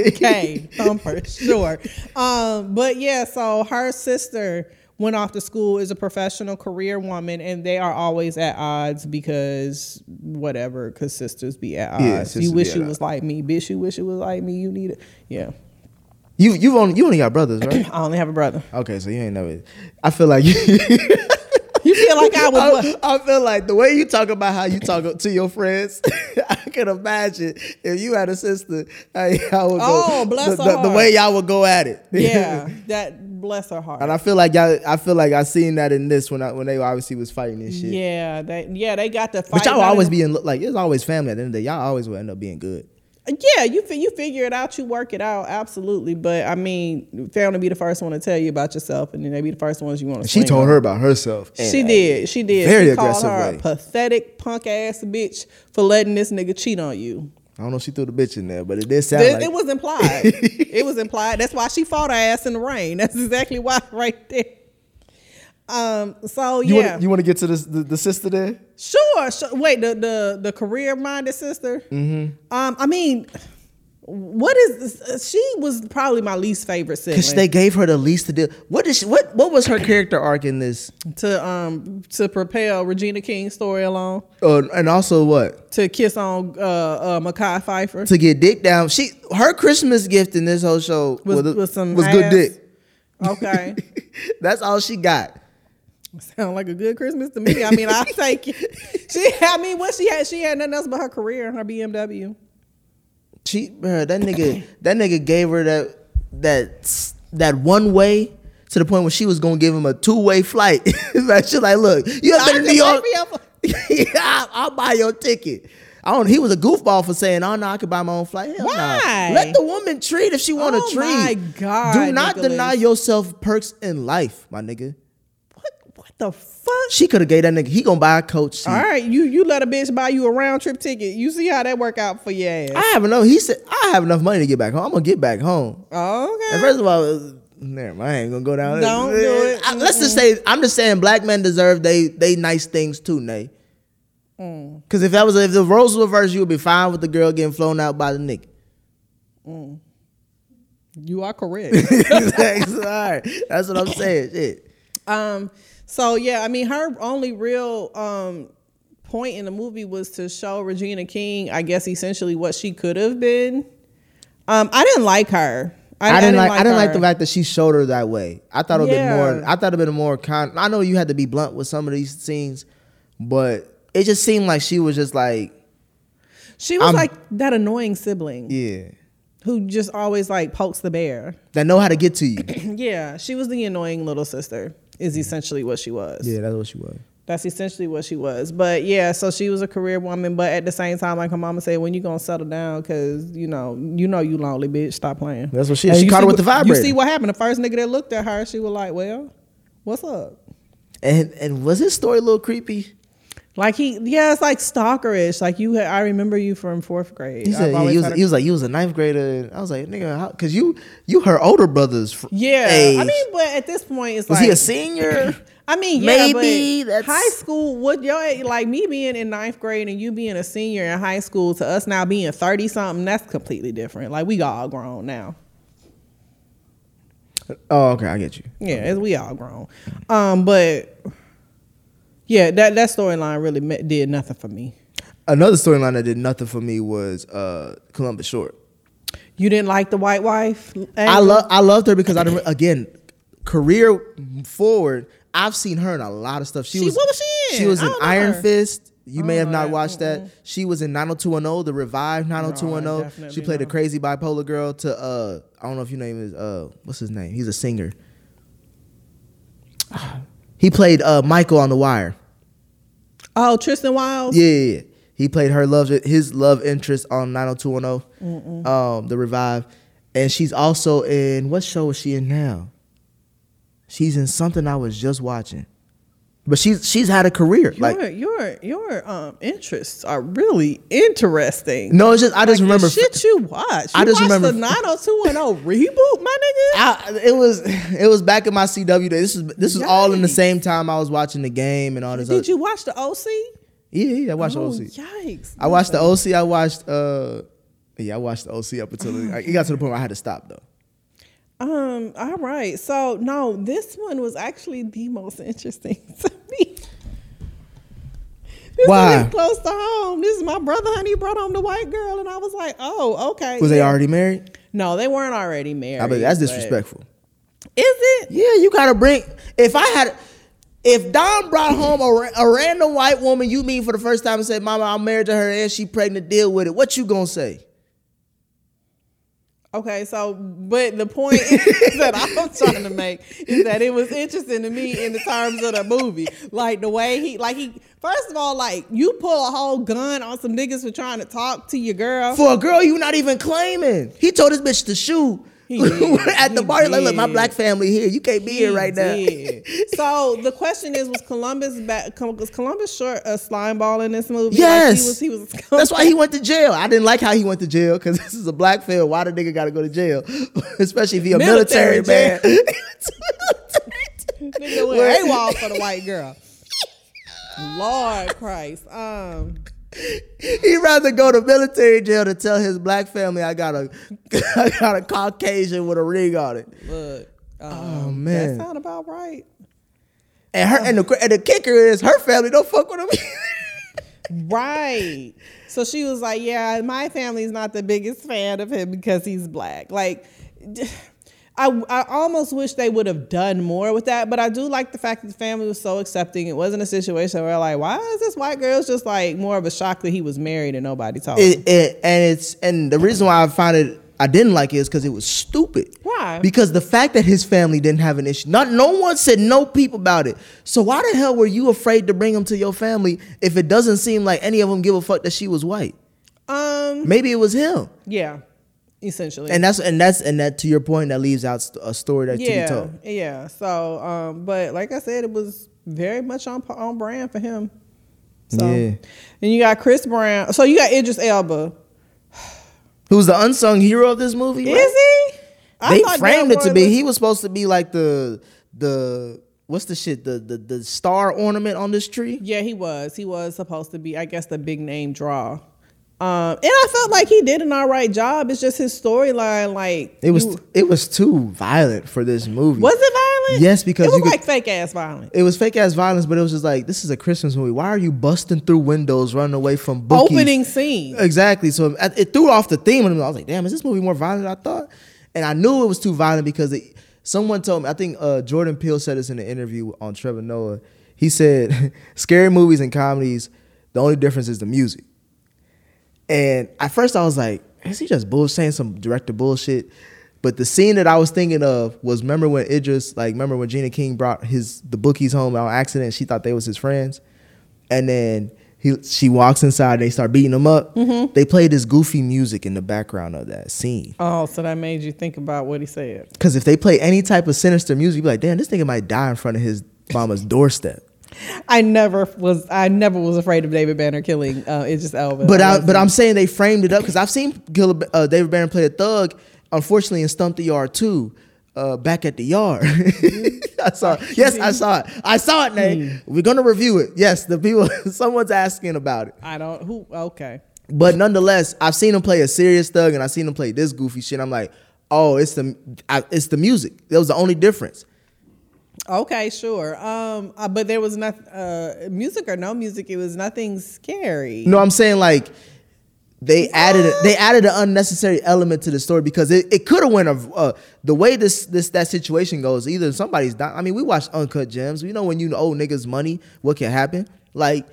Speaker 2: Okay, thumper, sure. Um, but yeah, so her sister went off to school is a professional career woman, and they are always at odds because whatever, because sisters be at odds.
Speaker 3: Yeah, sisters
Speaker 2: you
Speaker 3: be
Speaker 2: wish
Speaker 3: at
Speaker 2: you
Speaker 3: odds.
Speaker 2: was like me, bitch. You wish you was like me. You need it. Yeah,
Speaker 3: you you've only you only got brothers, right?
Speaker 2: I only have a brother.
Speaker 3: Okay, so you ain't never. I feel like you.
Speaker 2: You feel like I was Oh, what?
Speaker 3: I, I feel like the way you talk about how you talk to your friends, I can imagine if you had a sister, how y'all would go.
Speaker 2: Oh, bless
Speaker 3: the,
Speaker 2: her
Speaker 3: the, the
Speaker 2: heart.
Speaker 3: way y'all would go at it.
Speaker 2: Yeah, that bless her heart.
Speaker 3: and I feel like y'all. I feel like I seen that in this when I when they obviously was fighting and shit.
Speaker 2: yeah, they yeah they got the fight.
Speaker 3: But y'all
Speaker 2: not in
Speaker 3: always
Speaker 2: the-
Speaker 3: be in like it's always family at the end of the day. Y'all always will end up being good.
Speaker 2: Yeah, you fi- you figure it out, you work it out, absolutely. But I mean, family be the first one to tell you about yourself, and then they be the first ones you want to.
Speaker 3: She told her about herself. and
Speaker 2: She
Speaker 3: I-
Speaker 2: did. She did.
Speaker 3: very
Speaker 2: she called
Speaker 3: aggressive
Speaker 2: her
Speaker 3: way.
Speaker 2: a pathetic punk ass bitch for letting this nigga cheat on you.
Speaker 3: I don't know if she threw the bitch in there, but it did sound
Speaker 2: Th-
Speaker 3: like
Speaker 2: it was implied. it was implied. That's why she fought her ass in the rain. That's exactly why, right there. Um. So
Speaker 3: you
Speaker 2: yeah.
Speaker 3: want you want to get to this, the the sister there.
Speaker 2: Sure, sure. Wait, the the the career minded sister. Mm-hmm. Um, I mean, what is this? she was probably my least favorite
Speaker 3: Because
Speaker 2: sibling.
Speaker 3: they gave her the least to do. What is she, what what was her character arc in this?
Speaker 2: to um to propel Regina King's story along
Speaker 3: Uh, and also what
Speaker 2: to kiss on uh, uh Makai Pfeiffer
Speaker 3: to get dick down. She her Christmas gift in this whole show
Speaker 2: with,
Speaker 3: was,
Speaker 2: with, some
Speaker 3: was good
Speaker 2: ass.
Speaker 3: dick.
Speaker 2: Okay,
Speaker 3: That's all she got.
Speaker 2: sound like a good Christmas to me. I mean, I'll take it. She, I mean, what she had, she had nothing else but her career and her BMW.
Speaker 3: She bruh, that nigga that nigga gave her that that that one way. To the point where she was gonna give him a two way flight. Like, She's like, "Look, you have
Speaker 2: I
Speaker 3: been in
Speaker 2: can
Speaker 3: New York.
Speaker 2: pay for your-
Speaker 3: yeah, I'll, I'll buy your ticket. I don't. He was a goofball for saying, "Oh no, I could buy my own flight." Hell no.
Speaker 2: Why?
Speaker 3: Let the woman treat if she want to
Speaker 2: Oh,
Speaker 3: treat.
Speaker 2: my God,
Speaker 3: Do not
Speaker 2: Nicholas.
Speaker 3: deny yourself perks in life, my nigga.
Speaker 2: What what the fuck?
Speaker 3: She could have gave that nigga. He gonna buy a coach seat.
Speaker 2: All right, you you let a bitch buy you a round trip ticket. You see how that work out for your ass.
Speaker 3: I have enough. He said, "I have enough money to get back home. I'm gonna get back home." And
Speaker 2: okay.
Speaker 3: first of all, uh, never mind. I ain't gonna go down. there.
Speaker 2: Don't do it.
Speaker 3: I- let's just say I'm just saying black men deserve they they nice things too, Nay.
Speaker 2: Mm.
Speaker 3: Because if that was if the roles were reversed, you would be fine with the girl getting flown out by the nigga.
Speaker 2: You are correct.
Speaker 3: Exactly. All right. That's what I'm saying. Shit.
Speaker 2: um so yeah, I mean her only real um point in the movie was to show Regina King, I guess essentially what she could have been. Um I didn't like her.
Speaker 3: I, didn't like, I didn't like
Speaker 2: her.
Speaker 3: the fact that she showed her that way. I thought it would
Speaker 2: Yeah.
Speaker 3: been more I thought it would been more con I know you had to be blunt with some of these scenes, but it just seemed like she was just like,
Speaker 2: She was
Speaker 3: I'm-
Speaker 2: like that annoying sibling
Speaker 3: um, yeah.
Speaker 2: who just always like pokes the bear.
Speaker 3: That know how to get to you.
Speaker 2: yeah, she was the annoying little sister. Is essentially what she was.
Speaker 3: yeah, that's what she was.
Speaker 2: That's essentially what she was. But yeah, so she was a career woman. But at the same time, like her mama said, when you gonna settle down? Cause you know, you know, you lonely bitch. Stop playing.
Speaker 3: That's what she-
Speaker 2: And
Speaker 3: she
Speaker 2: you
Speaker 3: caught
Speaker 2: see
Speaker 3: her with
Speaker 2: what-
Speaker 3: the
Speaker 2: You see
Speaker 3: vibrator.
Speaker 2: what happened? The first nigga that looked at her, she was like, "Well, what's up?"
Speaker 3: And and was his story a little creepy?
Speaker 2: Like he, yeah, it's like stalkerish. Like you, had, I remember you from fourth grade.
Speaker 3: He
Speaker 2: I've
Speaker 3: said
Speaker 2: always
Speaker 3: he was,
Speaker 2: had a-
Speaker 3: he was like you was a ninth grader. I was like nigga, how, cause you you her older brother's fr-
Speaker 2: yeah,
Speaker 3: age.
Speaker 2: I mean, but at this point, it's
Speaker 3: was
Speaker 2: like
Speaker 3: he a senior?
Speaker 2: I mean, yeah,
Speaker 3: Maybe
Speaker 2: but
Speaker 3: that's-
Speaker 2: high school. What your like me being in ninth grade and you being a senior in high school to us now being thirty something. That's completely different. Like we all grown now.
Speaker 3: oh, okay, I get you.
Speaker 2: Yeah, it's- we all grown. Um, but yeah, that that storyline really me- did nothing for me.
Speaker 3: Another storyline that did nothing for me was uh, Columbus Short.
Speaker 2: You didn't like the white wife?
Speaker 3: I love I loved her because I didn't, again career forward. I've seen her in a lot of stuff. She,
Speaker 2: She-
Speaker 3: was
Speaker 2: what was she in?
Speaker 3: She was
Speaker 2: I
Speaker 3: in
Speaker 2: don't know
Speaker 3: Iron
Speaker 2: her. Oh,
Speaker 3: Fist. You may have not
Speaker 2: Alright,
Speaker 3: watched that. She was in 90210, the oh revived 90210. she
Speaker 2: definitely
Speaker 3: played a
Speaker 2: not.
Speaker 3: crazy bipolar girl to uh I don't know if your name is uh what's his name? He's a singer. He played uh Michael on The Wire.
Speaker 2: Oh, Tristan Wiles?
Speaker 3: Yeah, yeah, yeah. he played her love his love interest on 90210, um, the revive, and she's also in what show is she in now? She's in something I was just watching, but she's she's had a career.
Speaker 2: Your,
Speaker 3: Like
Speaker 2: your your um interests are really interesting.
Speaker 3: no, it's just I just
Speaker 2: Like,
Speaker 3: remember
Speaker 2: the shit you watch.
Speaker 3: I
Speaker 2: You
Speaker 3: just
Speaker 2: watched
Speaker 3: remember-
Speaker 2: the 90210 reboot, my nigga.
Speaker 3: I, it was it was back in my CW day. This is this was all in the same time I was watching the game and all this.
Speaker 2: Did
Speaker 3: other,
Speaker 2: you watch the OC?
Speaker 3: Yeah, yeah, I watched
Speaker 2: oh,
Speaker 3: OC.
Speaker 2: yikes!
Speaker 3: I watched the OC. I watched uh, yeah, I watched the OC up until like, it got to the point where I had to stop though.
Speaker 2: Um. All right. So no, this one was actually the most interesting to me. This
Speaker 3: Why?
Speaker 2: one is close to home. This is my brother, honey. Brought home the white girl, and I was like, "Oh, okay."
Speaker 3: Was they
Speaker 2: yeah.
Speaker 3: already married?
Speaker 2: No, they weren't already married.
Speaker 3: I mean, that's
Speaker 2: but-
Speaker 3: disrespectful.
Speaker 2: Is it?
Speaker 3: Yeah, you gotta bring. If I had, if Don brought home a, ra- a random white woman, you mean for the first time and said, "Mama, I'm married to her and she pregnant. Deal with it." What you gonna say?
Speaker 2: Okay, so but the point is that I'm trying to make is that it was interesting to me in the terms of the movie, like the way he, like he, first of all, like you pull a whole gun on some niggas for trying to talk to your girl.
Speaker 3: For a girl you not even claiming. He told this bitch to shoot
Speaker 2: He did.
Speaker 3: at the
Speaker 2: He
Speaker 3: bar. Like, look, my
Speaker 2: did.
Speaker 3: black family here. You can't be here right
Speaker 2: did.
Speaker 3: now.
Speaker 2: so the question is, was Columbus back? Was Columbus short a slime ball in this movie?
Speaker 3: Yes.
Speaker 2: like he was. He was.
Speaker 3: That's why he went to jail. I didn't like how he went to jail because this is a black film. Why the nigga gotta go to jail? Especially if he a military,
Speaker 2: Military
Speaker 3: man.
Speaker 2: Nigga went AWOL for the white girl. Lord Christ. Um.
Speaker 3: He'd rather go to military jail to tell his black family I got a I got a Caucasian with a ring on it.
Speaker 2: Look.
Speaker 3: Oh
Speaker 2: Um,
Speaker 3: man.
Speaker 2: That sound about right.
Speaker 3: and her and the and the kicker is her family don't fuck with him.
Speaker 2: Right. So she was like, "Yeah, my family's not the biggest fan of him because he's black." Like, I I almost wish they would have done more with that, but I do like the fact that the family was so accepting. It wasn't a situation where like, why is this white girl? It's just like more of a shock that he was married and nobody told. him.
Speaker 3: it, it, and it's and the reason why I found it I didn't like it is because it was stupid.
Speaker 2: Why?
Speaker 3: Because the fact that his family didn't have an issue, not no one said no peep about it. So why the hell were you afraid to bring him to your family if it doesn't seem like any of them give a fuck that she was white?
Speaker 2: Um.
Speaker 3: Maybe it was him.
Speaker 2: Yeah. Essentially.
Speaker 3: And that's and that's and that to your point that leaves out st- a story that to be
Speaker 2: yeah.
Speaker 3: told.
Speaker 2: Yeah. So, um, but like I said, it was very much on on brand for him. So,
Speaker 3: Yeah.
Speaker 2: and you got Chris Brown. So you got Idris Elba.
Speaker 3: Who's the unsung hero of this movie? right?
Speaker 2: Is he? I
Speaker 3: They
Speaker 2: thought
Speaker 3: framed it to
Speaker 2: Delroy
Speaker 3: be
Speaker 2: was-
Speaker 3: he was supposed to be like the the what's the shit the the, the star ornament on this tree.
Speaker 2: Yeah, he was. He was supposed to be, I guess, the big name draw. Um, and I felt like he did an all right job. It's just his storyline, like
Speaker 3: It was
Speaker 2: you-
Speaker 3: it was too violent for this movie.
Speaker 2: was it violent?
Speaker 3: Yes, because
Speaker 2: it was
Speaker 3: you could-
Speaker 2: like fake ass violent.
Speaker 3: It was fake ass violence, but it was just like this is a Christmas movie. Why are you busting through windows, running away from bookies?
Speaker 2: Opening scene.
Speaker 3: Exactly. So it it threw off the theme, and I was like, "Damn, is this movie more violent than I thought?" And I knew it was too violent because it, someone told me. I think uh, Jordan Peele said this in an interview on Trevor Noah. He said, "Scary movies and comedies, the only difference is the music." And at first, I was like, "Is he just bull saying some director bullshit?" But the scene that I was thinking of was remember when Idris, like remember when Gina King brought his the bookies home on accident. She thought they was his friends, and then he she walks inside. They start beating him up. They play this goofy music in the background of that scene.
Speaker 2: Oh, so that made you think about what he said.
Speaker 3: Because if they play any type of sinister music, you'd be like, damn, this nigga might die in front of his mama's doorstep.
Speaker 2: I never was. I never was afraid of David Banner killing uh, Idris Elba.
Speaker 3: But I,
Speaker 2: wasn't.
Speaker 3: but I'm saying they framed it up because I've seen Gil, uh, David Barron play a thug, unfortunately in Stump the Yard too, uh, back at the yard. I saw. It. Yes, I saw it. I saw it. Nate. We're gonna review it. Yes, the people. someone's asking about it.
Speaker 2: I don't. Who? Okay.
Speaker 3: But nonetheless, I've seen him play a serious thug, and I've seen him play this goofy shit. I'm like, oh, it's the I, it's the music. That was the only difference.
Speaker 2: Okay, sure. Um, uh, but there was nothing, uh, music or no music. It was nothing scary.
Speaker 3: No, I'm saying like they added a, they added an unnecessary element to the story because it, it could have went of uh, the way this this that situation goes. Either somebody's dying. I mean, we watched Uncut Gems. We know when you owe niggas money, what can happen. Like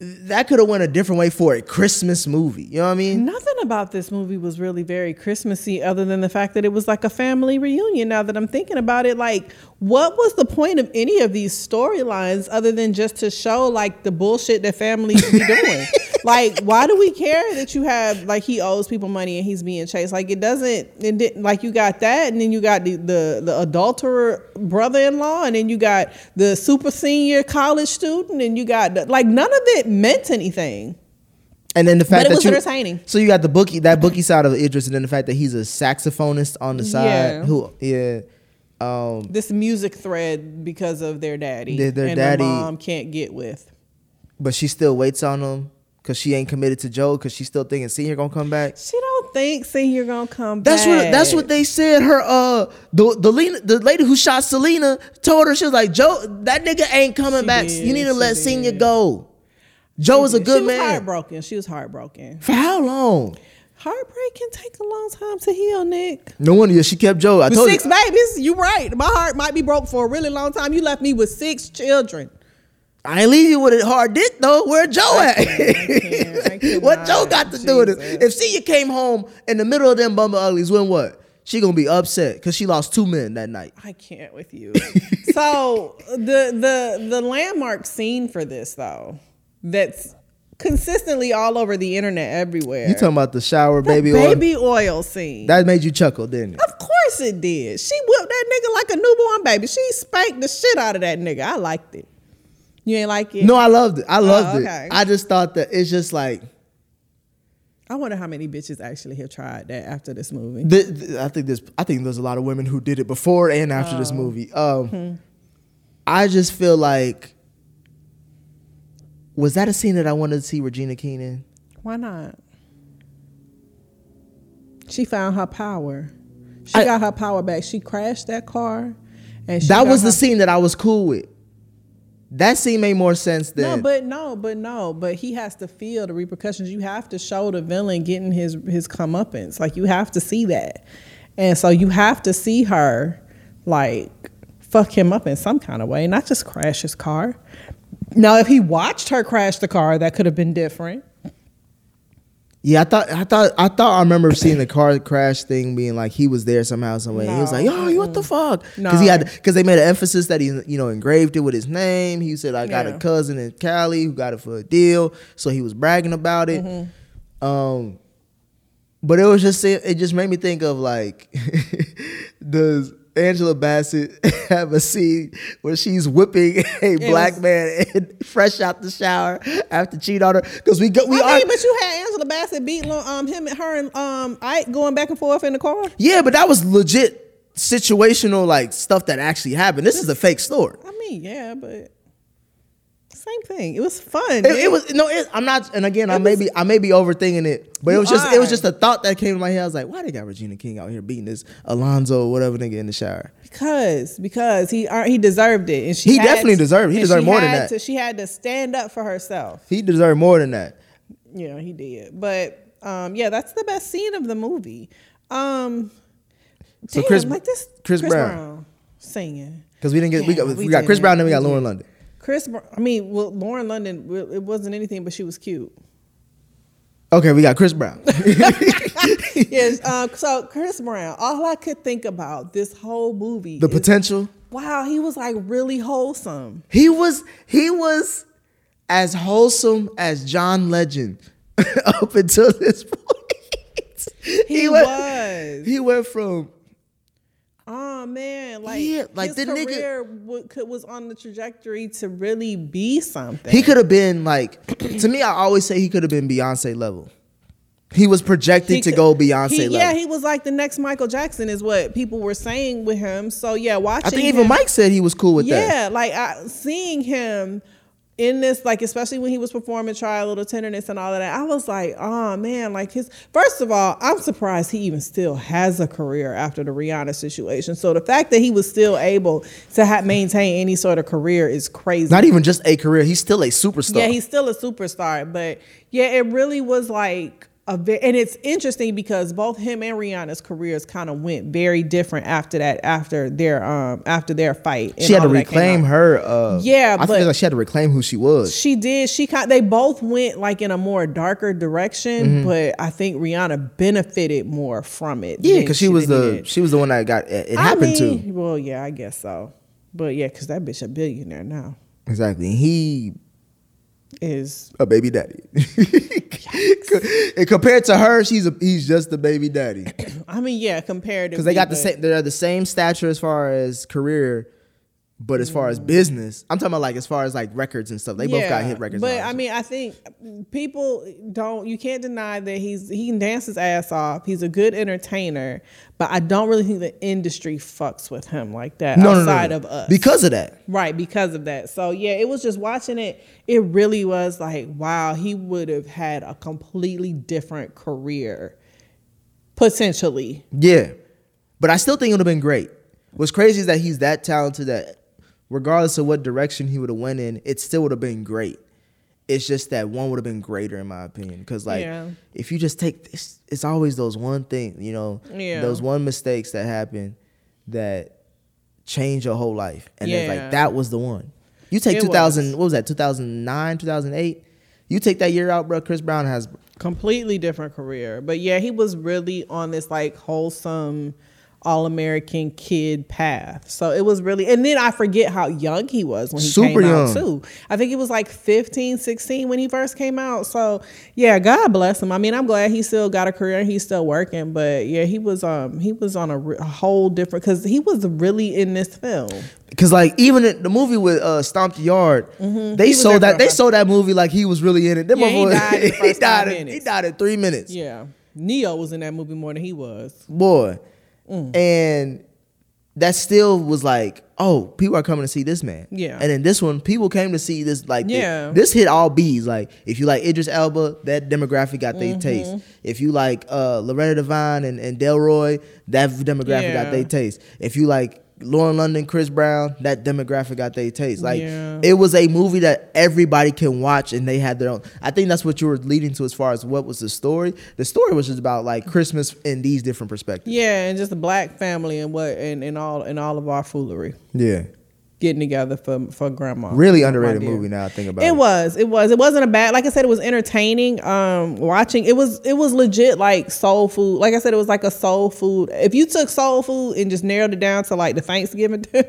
Speaker 3: that could have went a different way for a Christmas movie. You know what I mean?
Speaker 2: Nothing about this movie was really very Christmassy, other than the fact that it was like a family reunion. Now that I'm thinking about it, like, what was the point of any of these storylines other than just to show like the bullshit that families be doing? like, why do we care that you have like he owes people money and he's being chased? Like, it doesn't. It didn't. Like, you got that, and then you got the the, the adulterer brother-in-law, and then you got the super senior college student, and you got the, like none of it meant anything.
Speaker 3: And then the fact
Speaker 2: it
Speaker 3: that
Speaker 2: was
Speaker 3: you,
Speaker 2: entertaining.
Speaker 3: So you got the bookie that bookie side of Idris, and then the fact that he's a saxophonist on the side.
Speaker 2: Yeah.
Speaker 3: Who? Yeah. Um,
Speaker 2: this music thread because of their daddy
Speaker 3: Their- their
Speaker 2: and
Speaker 3: daddy-
Speaker 2: mom can't get with.
Speaker 3: but she still waits on him because she ain't committed to Joe because she still thinking senior gonna come back.
Speaker 2: She don't think senior gonna come
Speaker 3: That's
Speaker 2: back.
Speaker 3: what that's what they said. Her uh the the, Lena, the lady who shot Selena told her she was like Joe that nigga ain't coming
Speaker 2: She
Speaker 3: back.
Speaker 2: did,
Speaker 3: you need to
Speaker 2: she
Speaker 3: let
Speaker 2: did.
Speaker 3: Senior go. Joe is a
Speaker 2: she
Speaker 3: good
Speaker 2: was
Speaker 3: man.
Speaker 2: heartbroken. She was heartbroken.
Speaker 3: For how long?
Speaker 2: Heartbreak can take a long time to heal, Nick.
Speaker 3: No wonder yeah, she kept Joe. I
Speaker 2: With
Speaker 3: told
Speaker 2: six
Speaker 3: you.
Speaker 2: babies, you right. My heart might be broke for a really long time. You left me with six children.
Speaker 3: I ain't leave you with a hard dick though. Where Joe at?
Speaker 2: can't. I cannot.
Speaker 3: what Joe got to do with it?
Speaker 2: Jesus.
Speaker 3: If Senior came home in the middle of them bumble uglies, when what? She gonna be upset because she lost two men that night.
Speaker 2: I can't with you. so the the the landmark scene for this though, that's consistently all over the internet everywhere.
Speaker 3: You talking about the shower
Speaker 2: The
Speaker 3: baby? oil?
Speaker 2: baby oil scene.
Speaker 3: That made you chuckle, didn't it?
Speaker 2: Of course it did. She whipped that nigga like a newborn baby. She spanked the shit out of that nigga. I liked it. You ain't like it?
Speaker 3: No, I loved it. I loved
Speaker 2: Oh, okay.
Speaker 3: it. I just thought that it's just like
Speaker 2: I wonder how many bitches actually have tried that after this movie.
Speaker 3: th- th- I think there's I think there's a lot of women who did it before and after
Speaker 2: Oh.
Speaker 3: this movie. Um,
Speaker 2: Hmm.
Speaker 3: I just feel like was that a scene that I wanted to see Regina King in?
Speaker 2: Why not? She found her power. She
Speaker 3: I-
Speaker 2: got her power back. She crashed that car, and she
Speaker 3: that
Speaker 2: got
Speaker 3: was the
Speaker 2: her-
Speaker 3: scene that I was cool with. That scene made more sense than
Speaker 2: No, but no, but no, but he has to feel the repercussions. You have to show the villain getting his his comeuppance. Like you have to see that, and so you have to see her like fuck him up in some kind of way, not just crash his car. Now, if he watched her crash the car, that could have been different.
Speaker 3: yeah. I thought I thought I thought I remember seeing the car crash thing being like he was there somehow some way. He was like,
Speaker 2: No.
Speaker 3: yo, you what the fuck? Because
Speaker 2: No.
Speaker 3: he had because they made an emphasis that he you know engraved it with his name. He said I got
Speaker 2: Yeah.
Speaker 3: a cousin in Cali who got it for a deal, so he was bragging about it.
Speaker 2: Mm-hmm.
Speaker 3: Um, but it was just it, it just made me think of like does. Angela Bassett have a scene where she's whipping a black
Speaker 2: was-
Speaker 3: man and fresh out the shower after cheating on her because we go we
Speaker 2: I
Speaker 3: are
Speaker 2: mean, but you had Angela Bassett beat um him and her and um Ike going back and forth in the car.
Speaker 3: Yeah, but that was legit situational like stuff that actually happened. This is a fake story.
Speaker 2: I mean, yeah, but same thing. It was fun.
Speaker 3: It, it was no, it, I'm not. And again, I may be, I may be overthinking it, but it
Speaker 2: You
Speaker 3: was just, it was
Speaker 2: are.
Speaker 3: just a thought that came to my head. I was like, why they got Regina King out here beating this Alonzo, whatever nigga in the shower?
Speaker 2: Because because he uh, he deserved it, and she
Speaker 3: He
Speaker 2: had
Speaker 3: definitely deserved it. He
Speaker 2: and
Speaker 3: deserved
Speaker 2: she
Speaker 3: more than
Speaker 2: had
Speaker 3: that.
Speaker 2: To, she had to stand up for herself.
Speaker 3: He deserved more than that.
Speaker 2: You know, he did. But um, yeah, that's the best scene of the movie. Um,
Speaker 3: So
Speaker 2: damn,
Speaker 3: Chris-
Speaker 2: like this
Speaker 3: Chris Brown.
Speaker 2: singing.
Speaker 3: Because we didn't get, we
Speaker 2: Yeah,
Speaker 3: got, we,
Speaker 2: we
Speaker 3: got Chris
Speaker 2: didn't.
Speaker 3: Brown, then we got
Speaker 2: We
Speaker 3: Lauren
Speaker 2: didn't.
Speaker 3: London.
Speaker 2: Chris, Br- I mean, well, Lauren London. well, It wasn't anything, but she was cute.
Speaker 3: Okay, we got Chris Brown.
Speaker 2: yes. Um, so Chris Brown. All I could think about this whole movie.
Speaker 3: the
Speaker 2: is,
Speaker 3: potential.
Speaker 2: wow, he was like really wholesome.
Speaker 3: He was, he was as wholesome as John Legend up until this point.
Speaker 2: He,
Speaker 3: went-
Speaker 2: was.
Speaker 3: He went from
Speaker 2: Oh man, like
Speaker 3: Yeah, like
Speaker 2: his
Speaker 3: the nigga-
Speaker 2: career wa- could, was on the trajectory to really be something.
Speaker 3: He could have been like, to me, I always say he could have been Beyonce level. He was projected
Speaker 2: He
Speaker 3: to
Speaker 2: could-
Speaker 3: go Beyonce
Speaker 2: he-
Speaker 3: level.
Speaker 2: Yeah, he was like the next Michael Jackson, is what people were saying with him. So yeah, watching.
Speaker 3: I think even
Speaker 2: him-
Speaker 3: Mike said he was cool with that.
Speaker 2: Yeah, like I, seeing him in this, like especially when he was performing "Try a Little Tenderness" and all of that, I was like, oh man, like his. First of all, I'm surprised he even still has a career after the Rihanna situation. So the fact that he was still able to ha- maintain any sort of career is crazy.
Speaker 3: Not even just a career. He's still a superstar.
Speaker 2: Yeah, he's still a superstar, but yeah, it really was like a ve- and it's interesting because both him and Rihanna's careers kind of went very different after that after their um after their fight. and
Speaker 3: she had to
Speaker 2: all that came
Speaker 3: reclaim
Speaker 2: out.
Speaker 3: her. Uh,
Speaker 2: Yeah,
Speaker 3: I
Speaker 2: but-
Speaker 3: feel like she had to reclaim who she was.
Speaker 2: She did. She kind. They both went like in a more darker direction,
Speaker 3: Mm-hmm.
Speaker 2: but I think Rihanna benefited more from it.
Speaker 3: Yeah,
Speaker 2: than
Speaker 3: because she was
Speaker 2: did
Speaker 3: the
Speaker 2: it.
Speaker 3: she was the one that got it, it happened
Speaker 2: I mean,
Speaker 3: to
Speaker 2: Well, yeah, I guess so. But yeah, because that bitch a billionaire now
Speaker 3: exactly. He
Speaker 2: is
Speaker 3: a baby daddy. and compared to her, she's a, he's just a baby daddy
Speaker 2: I mean yeah comparatively
Speaker 3: because they got the
Speaker 2: but-
Speaker 3: same. They're the same stature as far as career, but as far as
Speaker 2: Mm.
Speaker 3: business, I'm talking about like as far as like records and stuff. They both got hit records. and
Speaker 2: But
Speaker 3: all that
Speaker 2: I
Speaker 3: shit.
Speaker 2: mean, I think people don't. You can't deny that he's he can dance his ass off. He's a good entertainer, but I don't really think the industry fucks with him like that outside of us.
Speaker 3: because of that.
Speaker 2: Right, because of that. So yeah, it was just watching it. It really was like, wow, he would have had a completely different career, potentially.
Speaker 3: Yeah. But I still think it would have been great. What's crazy is that he's that talented that regardless of what direction he would have went in, it still would have been great. It's just that one would have been greater in my opinion. Cause like
Speaker 2: Yeah.
Speaker 3: if you just take this, it's always those one thing, you know,
Speaker 2: Yeah.
Speaker 3: those one mistakes that happen that change your whole life. And it's
Speaker 2: Yeah.
Speaker 3: like that was the one. You take
Speaker 2: It
Speaker 3: two thousand what was that, two thousand nine, two thousand eight? You take that year out, bro, Chris Brown has
Speaker 2: completely different career. But yeah, he was really on this like wholesome all American kid path. So it was really and then I forget how young he was when he
Speaker 3: Super
Speaker 2: came
Speaker 3: young.
Speaker 2: out too. I think he was like 15, 16 when he first came out. So yeah, God bless him. I mean, I'm glad he still got a career and he's still working, but yeah, he was um he was on a, re- a whole different cuz he was really in this film.
Speaker 3: Cause like even in the movie with uh, Stomp the Yard, they
Speaker 2: Mm-hmm. was
Speaker 3: sold
Speaker 2: there
Speaker 3: that
Speaker 2: for a
Speaker 3: they
Speaker 2: while.
Speaker 3: sold that movie like he was really in it. Them
Speaker 2: Yeah, he
Speaker 3: motherfuckers-
Speaker 2: died in the
Speaker 3: he
Speaker 2: first five
Speaker 3: died in, he
Speaker 2: minutes.
Speaker 3: died in three minutes,
Speaker 2: Yeah. Neo was in that movie more than he was.
Speaker 3: boy.
Speaker 2: Mm.
Speaker 3: And that still was like, oh, people are coming to see this man.
Speaker 2: Yeah.
Speaker 3: And in this one, people came to see this like thi-
Speaker 2: Yeah.
Speaker 3: this hit all B's. Like if you like Idris Elba, that demographic got
Speaker 2: Mm-hmm.
Speaker 3: their taste. If you like uh, Loretta Devine and, and Delroy, that demographic
Speaker 2: Yeah.
Speaker 3: got their taste. If you like Lauren London, Chris Brown, that demographic got their taste. Like
Speaker 2: Yeah.
Speaker 3: it was a movie that everybody can watch and they had their own. I think that's what you were leading to as far as what was the story. The story was just about like Christmas in these different perspectives.
Speaker 2: Yeah, and just the black family and what and, and all and all of our foolery.
Speaker 3: Yeah.
Speaker 2: getting together for for grandma.
Speaker 3: Really
Speaker 2: My
Speaker 3: underrated
Speaker 2: dear.
Speaker 3: movie now I think about
Speaker 2: It
Speaker 3: it.
Speaker 2: was, it was, it wasn't a bad. Like I said, it was entertaining. Um, watching it was, it was legit like soul food. Like I said, it was like a soul food. If you took soul food and just narrowed it down to like the Thanksgiving dinner,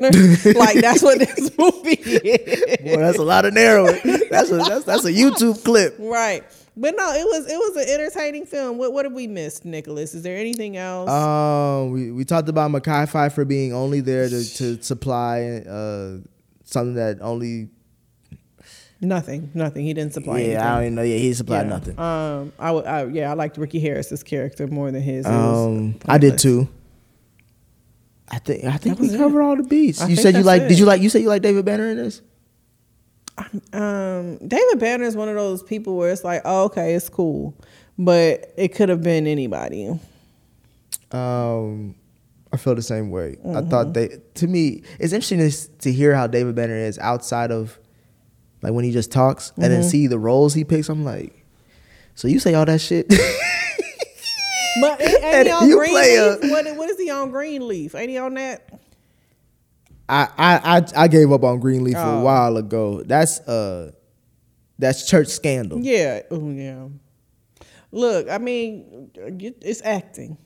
Speaker 2: like that's what this movie is.
Speaker 3: Boy, that's a lot of narrowing. That's a that's, that's a YouTube clip.
Speaker 2: right. But no, it was it was an entertaining film. What what did we miss, Nicholas? Is there anything else?
Speaker 3: Um, we, we talked about Mackay Pfeiffer for being only there to, to supply uh something that only
Speaker 2: nothing, nothing. He didn't supply. anything.
Speaker 3: yeah I don't even know yeah he supplied
Speaker 2: Yeah.
Speaker 3: nothing.
Speaker 2: Um, I would, I, yeah, I liked Ricky Harris's character more than his. It was
Speaker 3: Um, I did
Speaker 2: pointless.
Speaker 3: too. I think I think
Speaker 2: That
Speaker 3: we
Speaker 2: was it.
Speaker 3: covered all the beats.
Speaker 2: I
Speaker 3: you
Speaker 2: think
Speaker 3: said you
Speaker 2: that's
Speaker 3: like?
Speaker 2: it.
Speaker 3: Did you like? You said you like David Banner in this?
Speaker 2: Um, David Banner is one of those people where it's like, oh, okay, it's cool, but it could have been anybody.
Speaker 3: Um, I feel the same way. I
Speaker 2: Mm-hmm.
Speaker 3: thought they to me it's interesting to, s- to hear how David Banner is outside of like when he just talks and
Speaker 2: Mm-hmm.
Speaker 3: then see the roles he picks. I'm like, so you say all that shit?
Speaker 2: But ain't, ain't
Speaker 3: And
Speaker 2: he on
Speaker 3: you play a-
Speaker 2: Greenleaf? What, what is he on Greenleaf? Ain't he on that?
Speaker 3: I, I I I gave up on Greenleaf a
Speaker 2: Oh.
Speaker 3: while ago. That's uh, that's church scandal.
Speaker 2: Yeah, oh yeah. Look, I mean, you- it's acting.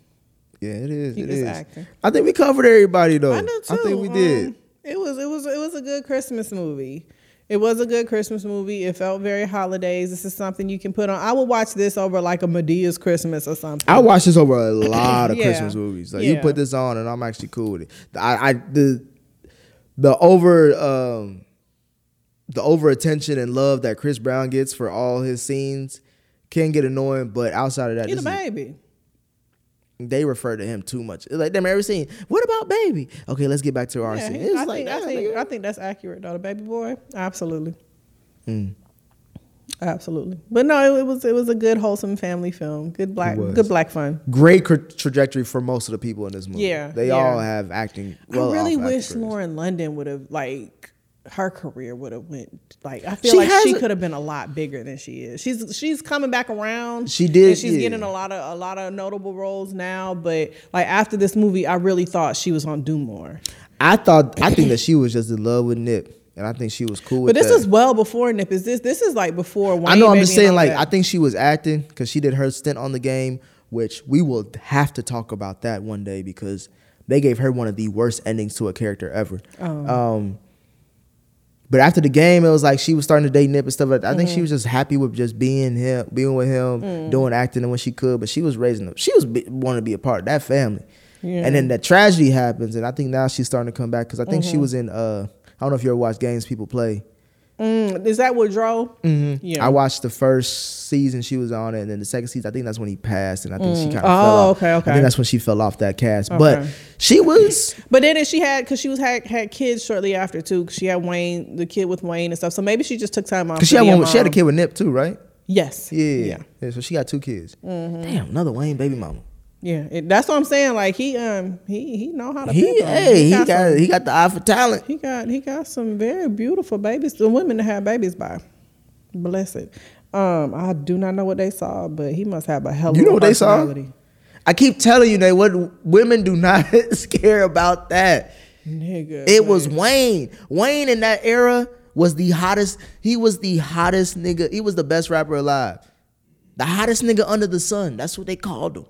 Speaker 3: Yeah, it is.
Speaker 2: He
Speaker 3: it
Speaker 2: is
Speaker 3: is.
Speaker 2: acting.
Speaker 3: I think we covered everybody though.
Speaker 2: I do too.
Speaker 3: think we
Speaker 2: Um,
Speaker 3: did.
Speaker 2: It was it was it was a good Christmas movie. It was a good Christmas movie. It felt very holidays. This is something you can put on. I would watch this over like a Medea's Christmas or something.
Speaker 3: I watch this over a lot of
Speaker 2: Yeah.
Speaker 3: Christmas movies. Like you
Speaker 2: Yeah.
Speaker 3: put this on, and I'm actually cool with it. I, I the the over um the over attention and love that Chris Brown gets for all his scenes can get annoying. But outside of that,
Speaker 2: Get a
Speaker 3: this is,
Speaker 2: baby.
Speaker 3: they refer to him too much. It's Like them every scene. What about baby? Okay, let's get back to our
Speaker 2: Yeah,
Speaker 3: scene.
Speaker 2: he-
Speaker 3: It was
Speaker 2: I,
Speaker 3: like
Speaker 2: think, I,
Speaker 3: nah,
Speaker 2: think,
Speaker 3: nigga.
Speaker 2: I think that's accurate, though. The baby boy, absolutely.
Speaker 3: Mm.
Speaker 2: Absolutely. But no, it, it was it was a good wholesome family film. Good black
Speaker 3: was.
Speaker 2: good black fun.
Speaker 3: Great cr- trajectory for most of the people in this movie.
Speaker 2: Yeah,
Speaker 3: they
Speaker 2: yeah.
Speaker 3: all have acting. well-off
Speaker 2: I really
Speaker 3: acting
Speaker 2: wish
Speaker 3: careers.
Speaker 2: Lauren London would have like her career would have went like I feel
Speaker 3: She
Speaker 2: like she
Speaker 3: hasn't-
Speaker 2: could have been a lot bigger than she is. She's she's coming back around.
Speaker 3: She did,
Speaker 2: And she's
Speaker 3: yeah.
Speaker 2: getting a lot of a lot of notable roles now. But like after this movie, I really thought she was on do more.
Speaker 3: I thought I think that she was just in love with Nip, and I think she was cool.
Speaker 2: But
Speaker 3: with
Speaker 2: this
Speaker 3: that.
Speaker 2: is well before Nip. Is this this is like before? Wayne
Speaker 3: I know. I'm
Speaker 2: Baby
Speaker 3: just
Speaker 2: and
Speaker 3: saying,
Speaker 2: all
Speaker 3: like,
Speaker 2: that.
Speaker 3: I think she was acting because she did her stint on the game, which we will have to talk about that one day because they gave her one of the worst endings to a character ever.
Speaker 2: Oh.
Speaker 3: Um, but after the game, it was like she was starting to date Nip and stuff. But I think
Speaker 2: Mm-hmm.
Speaker 3: she was just happy with just being him, being with him,
Speaker 2: Mm.
Speaker 3: doing acting and when she could. But she was raising up. She was be, wanting to be a part of that family.
Speaker 2: Yeah.
Speaker 3: And then that tragedy happens, and I think now she's starting to come back because I think she
Speaker 2: Mm-hmm.
Speaker 3: was in. Uh, I don't know if you ever watched Games People Play.
Speaker 2: Mm, is that what drove? Mm-hmm. Yeah.
Speaker 3: I watched the first season she was on it, and then the second season, I think that's when he passed, and I think she kind of
Speaker 2: Oh,
Speaker 3: fell off.
Speaker 2: okay, okay.
Speaker 3: I think that's when she fell off that cast. But she was
Speaker 2: But then she had because she was had, had kids shortly after too. 'cause she had Wayne, the kid with Wayne and stuff. So maybe she just took time off.
Speaker 3: because she
Speaker 2: to
Speaker 3: had
Speaker 2: be
Speaker 3: one. with- She had a
Speaker 2: mom.
Speaker 3: kid with Nip too, right?
Speaker 2: Yes.
Speaker 3: Yeah.
Speaker 2: Yeah. Mm-hmm.
Speaker 3: Yeah, so she got two kids. Damn, another Wayne baby mama.
Speaker 2: Yeah. It- that's what I'm saying. Like he um he he know how to.
Speaker 3: He
Speaker 2: pick 'em.
Speaker 3: hey, he got
Speaker 2: um, some,
Speaker 3: he got the eye for talent.
Speaker 2: he got he got some very beautiful babies. The women to have babies by, bless it. Um, I do not know what they saw, but he must have a hell. of
Speaker 3: You know
Speaker 2: a
Speaker 3: what they saw?
Speaker 2: personality.
Speaker 3: I keep telling you, they what women do not care about that.
Speaker 2: Nigga,
Speaker 3: It was Wayne. Wayne in that era was the hottest. He was the hottest nigga. He was the best rapper alive. The hottest nigga under the sun. That's what they called him.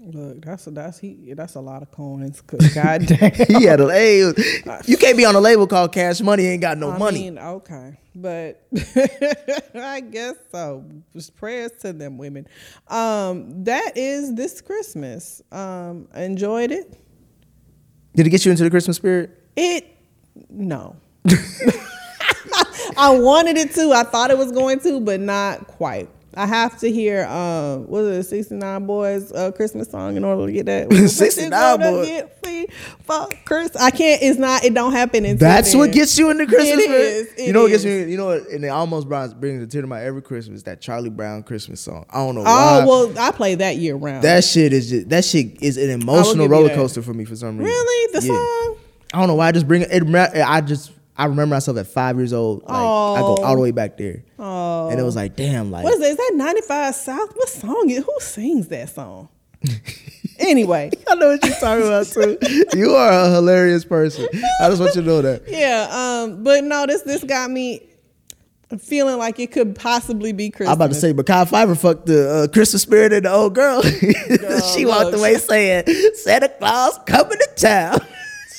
Speaker 2: Look, that's a, that's he that's a lot of coins. 'cause Goddamn.
Speaker 3: he had a label. You can't be on a label called Cash Money. Ain't got no
Speaker 2: I
Speaker 3: money.
Speaker 2: mean, okay, but I guess so. Just prayers to them women. Um, that is this Christmas. Um, enjoyed it.
Speaker 3: Did it get you into the Christmas spirit?
Speaker 2: It no. I wanted it to. I thought it was going to, but not quite. I have to hear um what is it, 69 Boys uh, Christmas song in order to get that. What you
Speaker 3: 69
Speaker 2: gonna
Speaker 3: Boys.
Speaker 2: get free for Chris. I can't, it's not, it don't happen until
Speaker 3: That's
Speaker 2: then.
Speaker 3: what gets you into Christmas
Speaker 2: It
Speaker 3: spirit.
Speaker 2: is, it
Speaker 3: you know what gets
Speaker 2: is.
Speaker 3: me? You know what? And it almost brings brings a tear to my every Christmas. That Charlie Brown Christmas song. I don't know why.
Speaker 2: Oh well, I play that year round.
Speaker 3: that shit is just that shit is an
Speaker 2: give
Speaker 3: emotional
Speaker 2: you
Speaker 3: roller
Speaker 2: that.
Speaker 3: coaster for me for some reason.
Speaker 2: really the
Speaker 3: Yeah.
Speaker 2: song.
Speaker 3: I don't know why I just bring it. it remem- I just I remember myself at five years old. Like I
Speaker 2: Oh.
Speaker 3: go all the way back there,
Speaker 2: Oh,
Speaker 3: and it was like, damn, like
Speaker 2: what is that? Is that 95 South? What song is? Who sings that song? anyway,
Speaker 3: I know what you're talking about too. you are a hilarious person. I just want you to know that.
Speaker 2: yeah. Um, but no, this this got me feeling like it could possibly be Christmas.
Speaker 3: I'm about to say, but Kyle Fiverr fucked the uh, Christmas spirit in the old girl. she walked
Speaker 2: look.
Speaker 3: away saying, Santa Claus coming to town.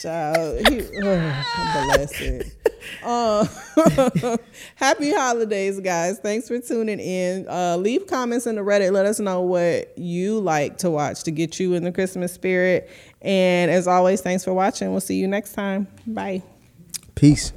Speaker 2: Child, he, oh, bless it. Uh, happy holidays, guys. Thanks for tuning in. Uh, leave comments in the Reddit. Let us know what you like to watch to get you in the Christmas spirit. And as always, thanks for watching. We'll see you next time. Bye.
Speaker 3: Peace.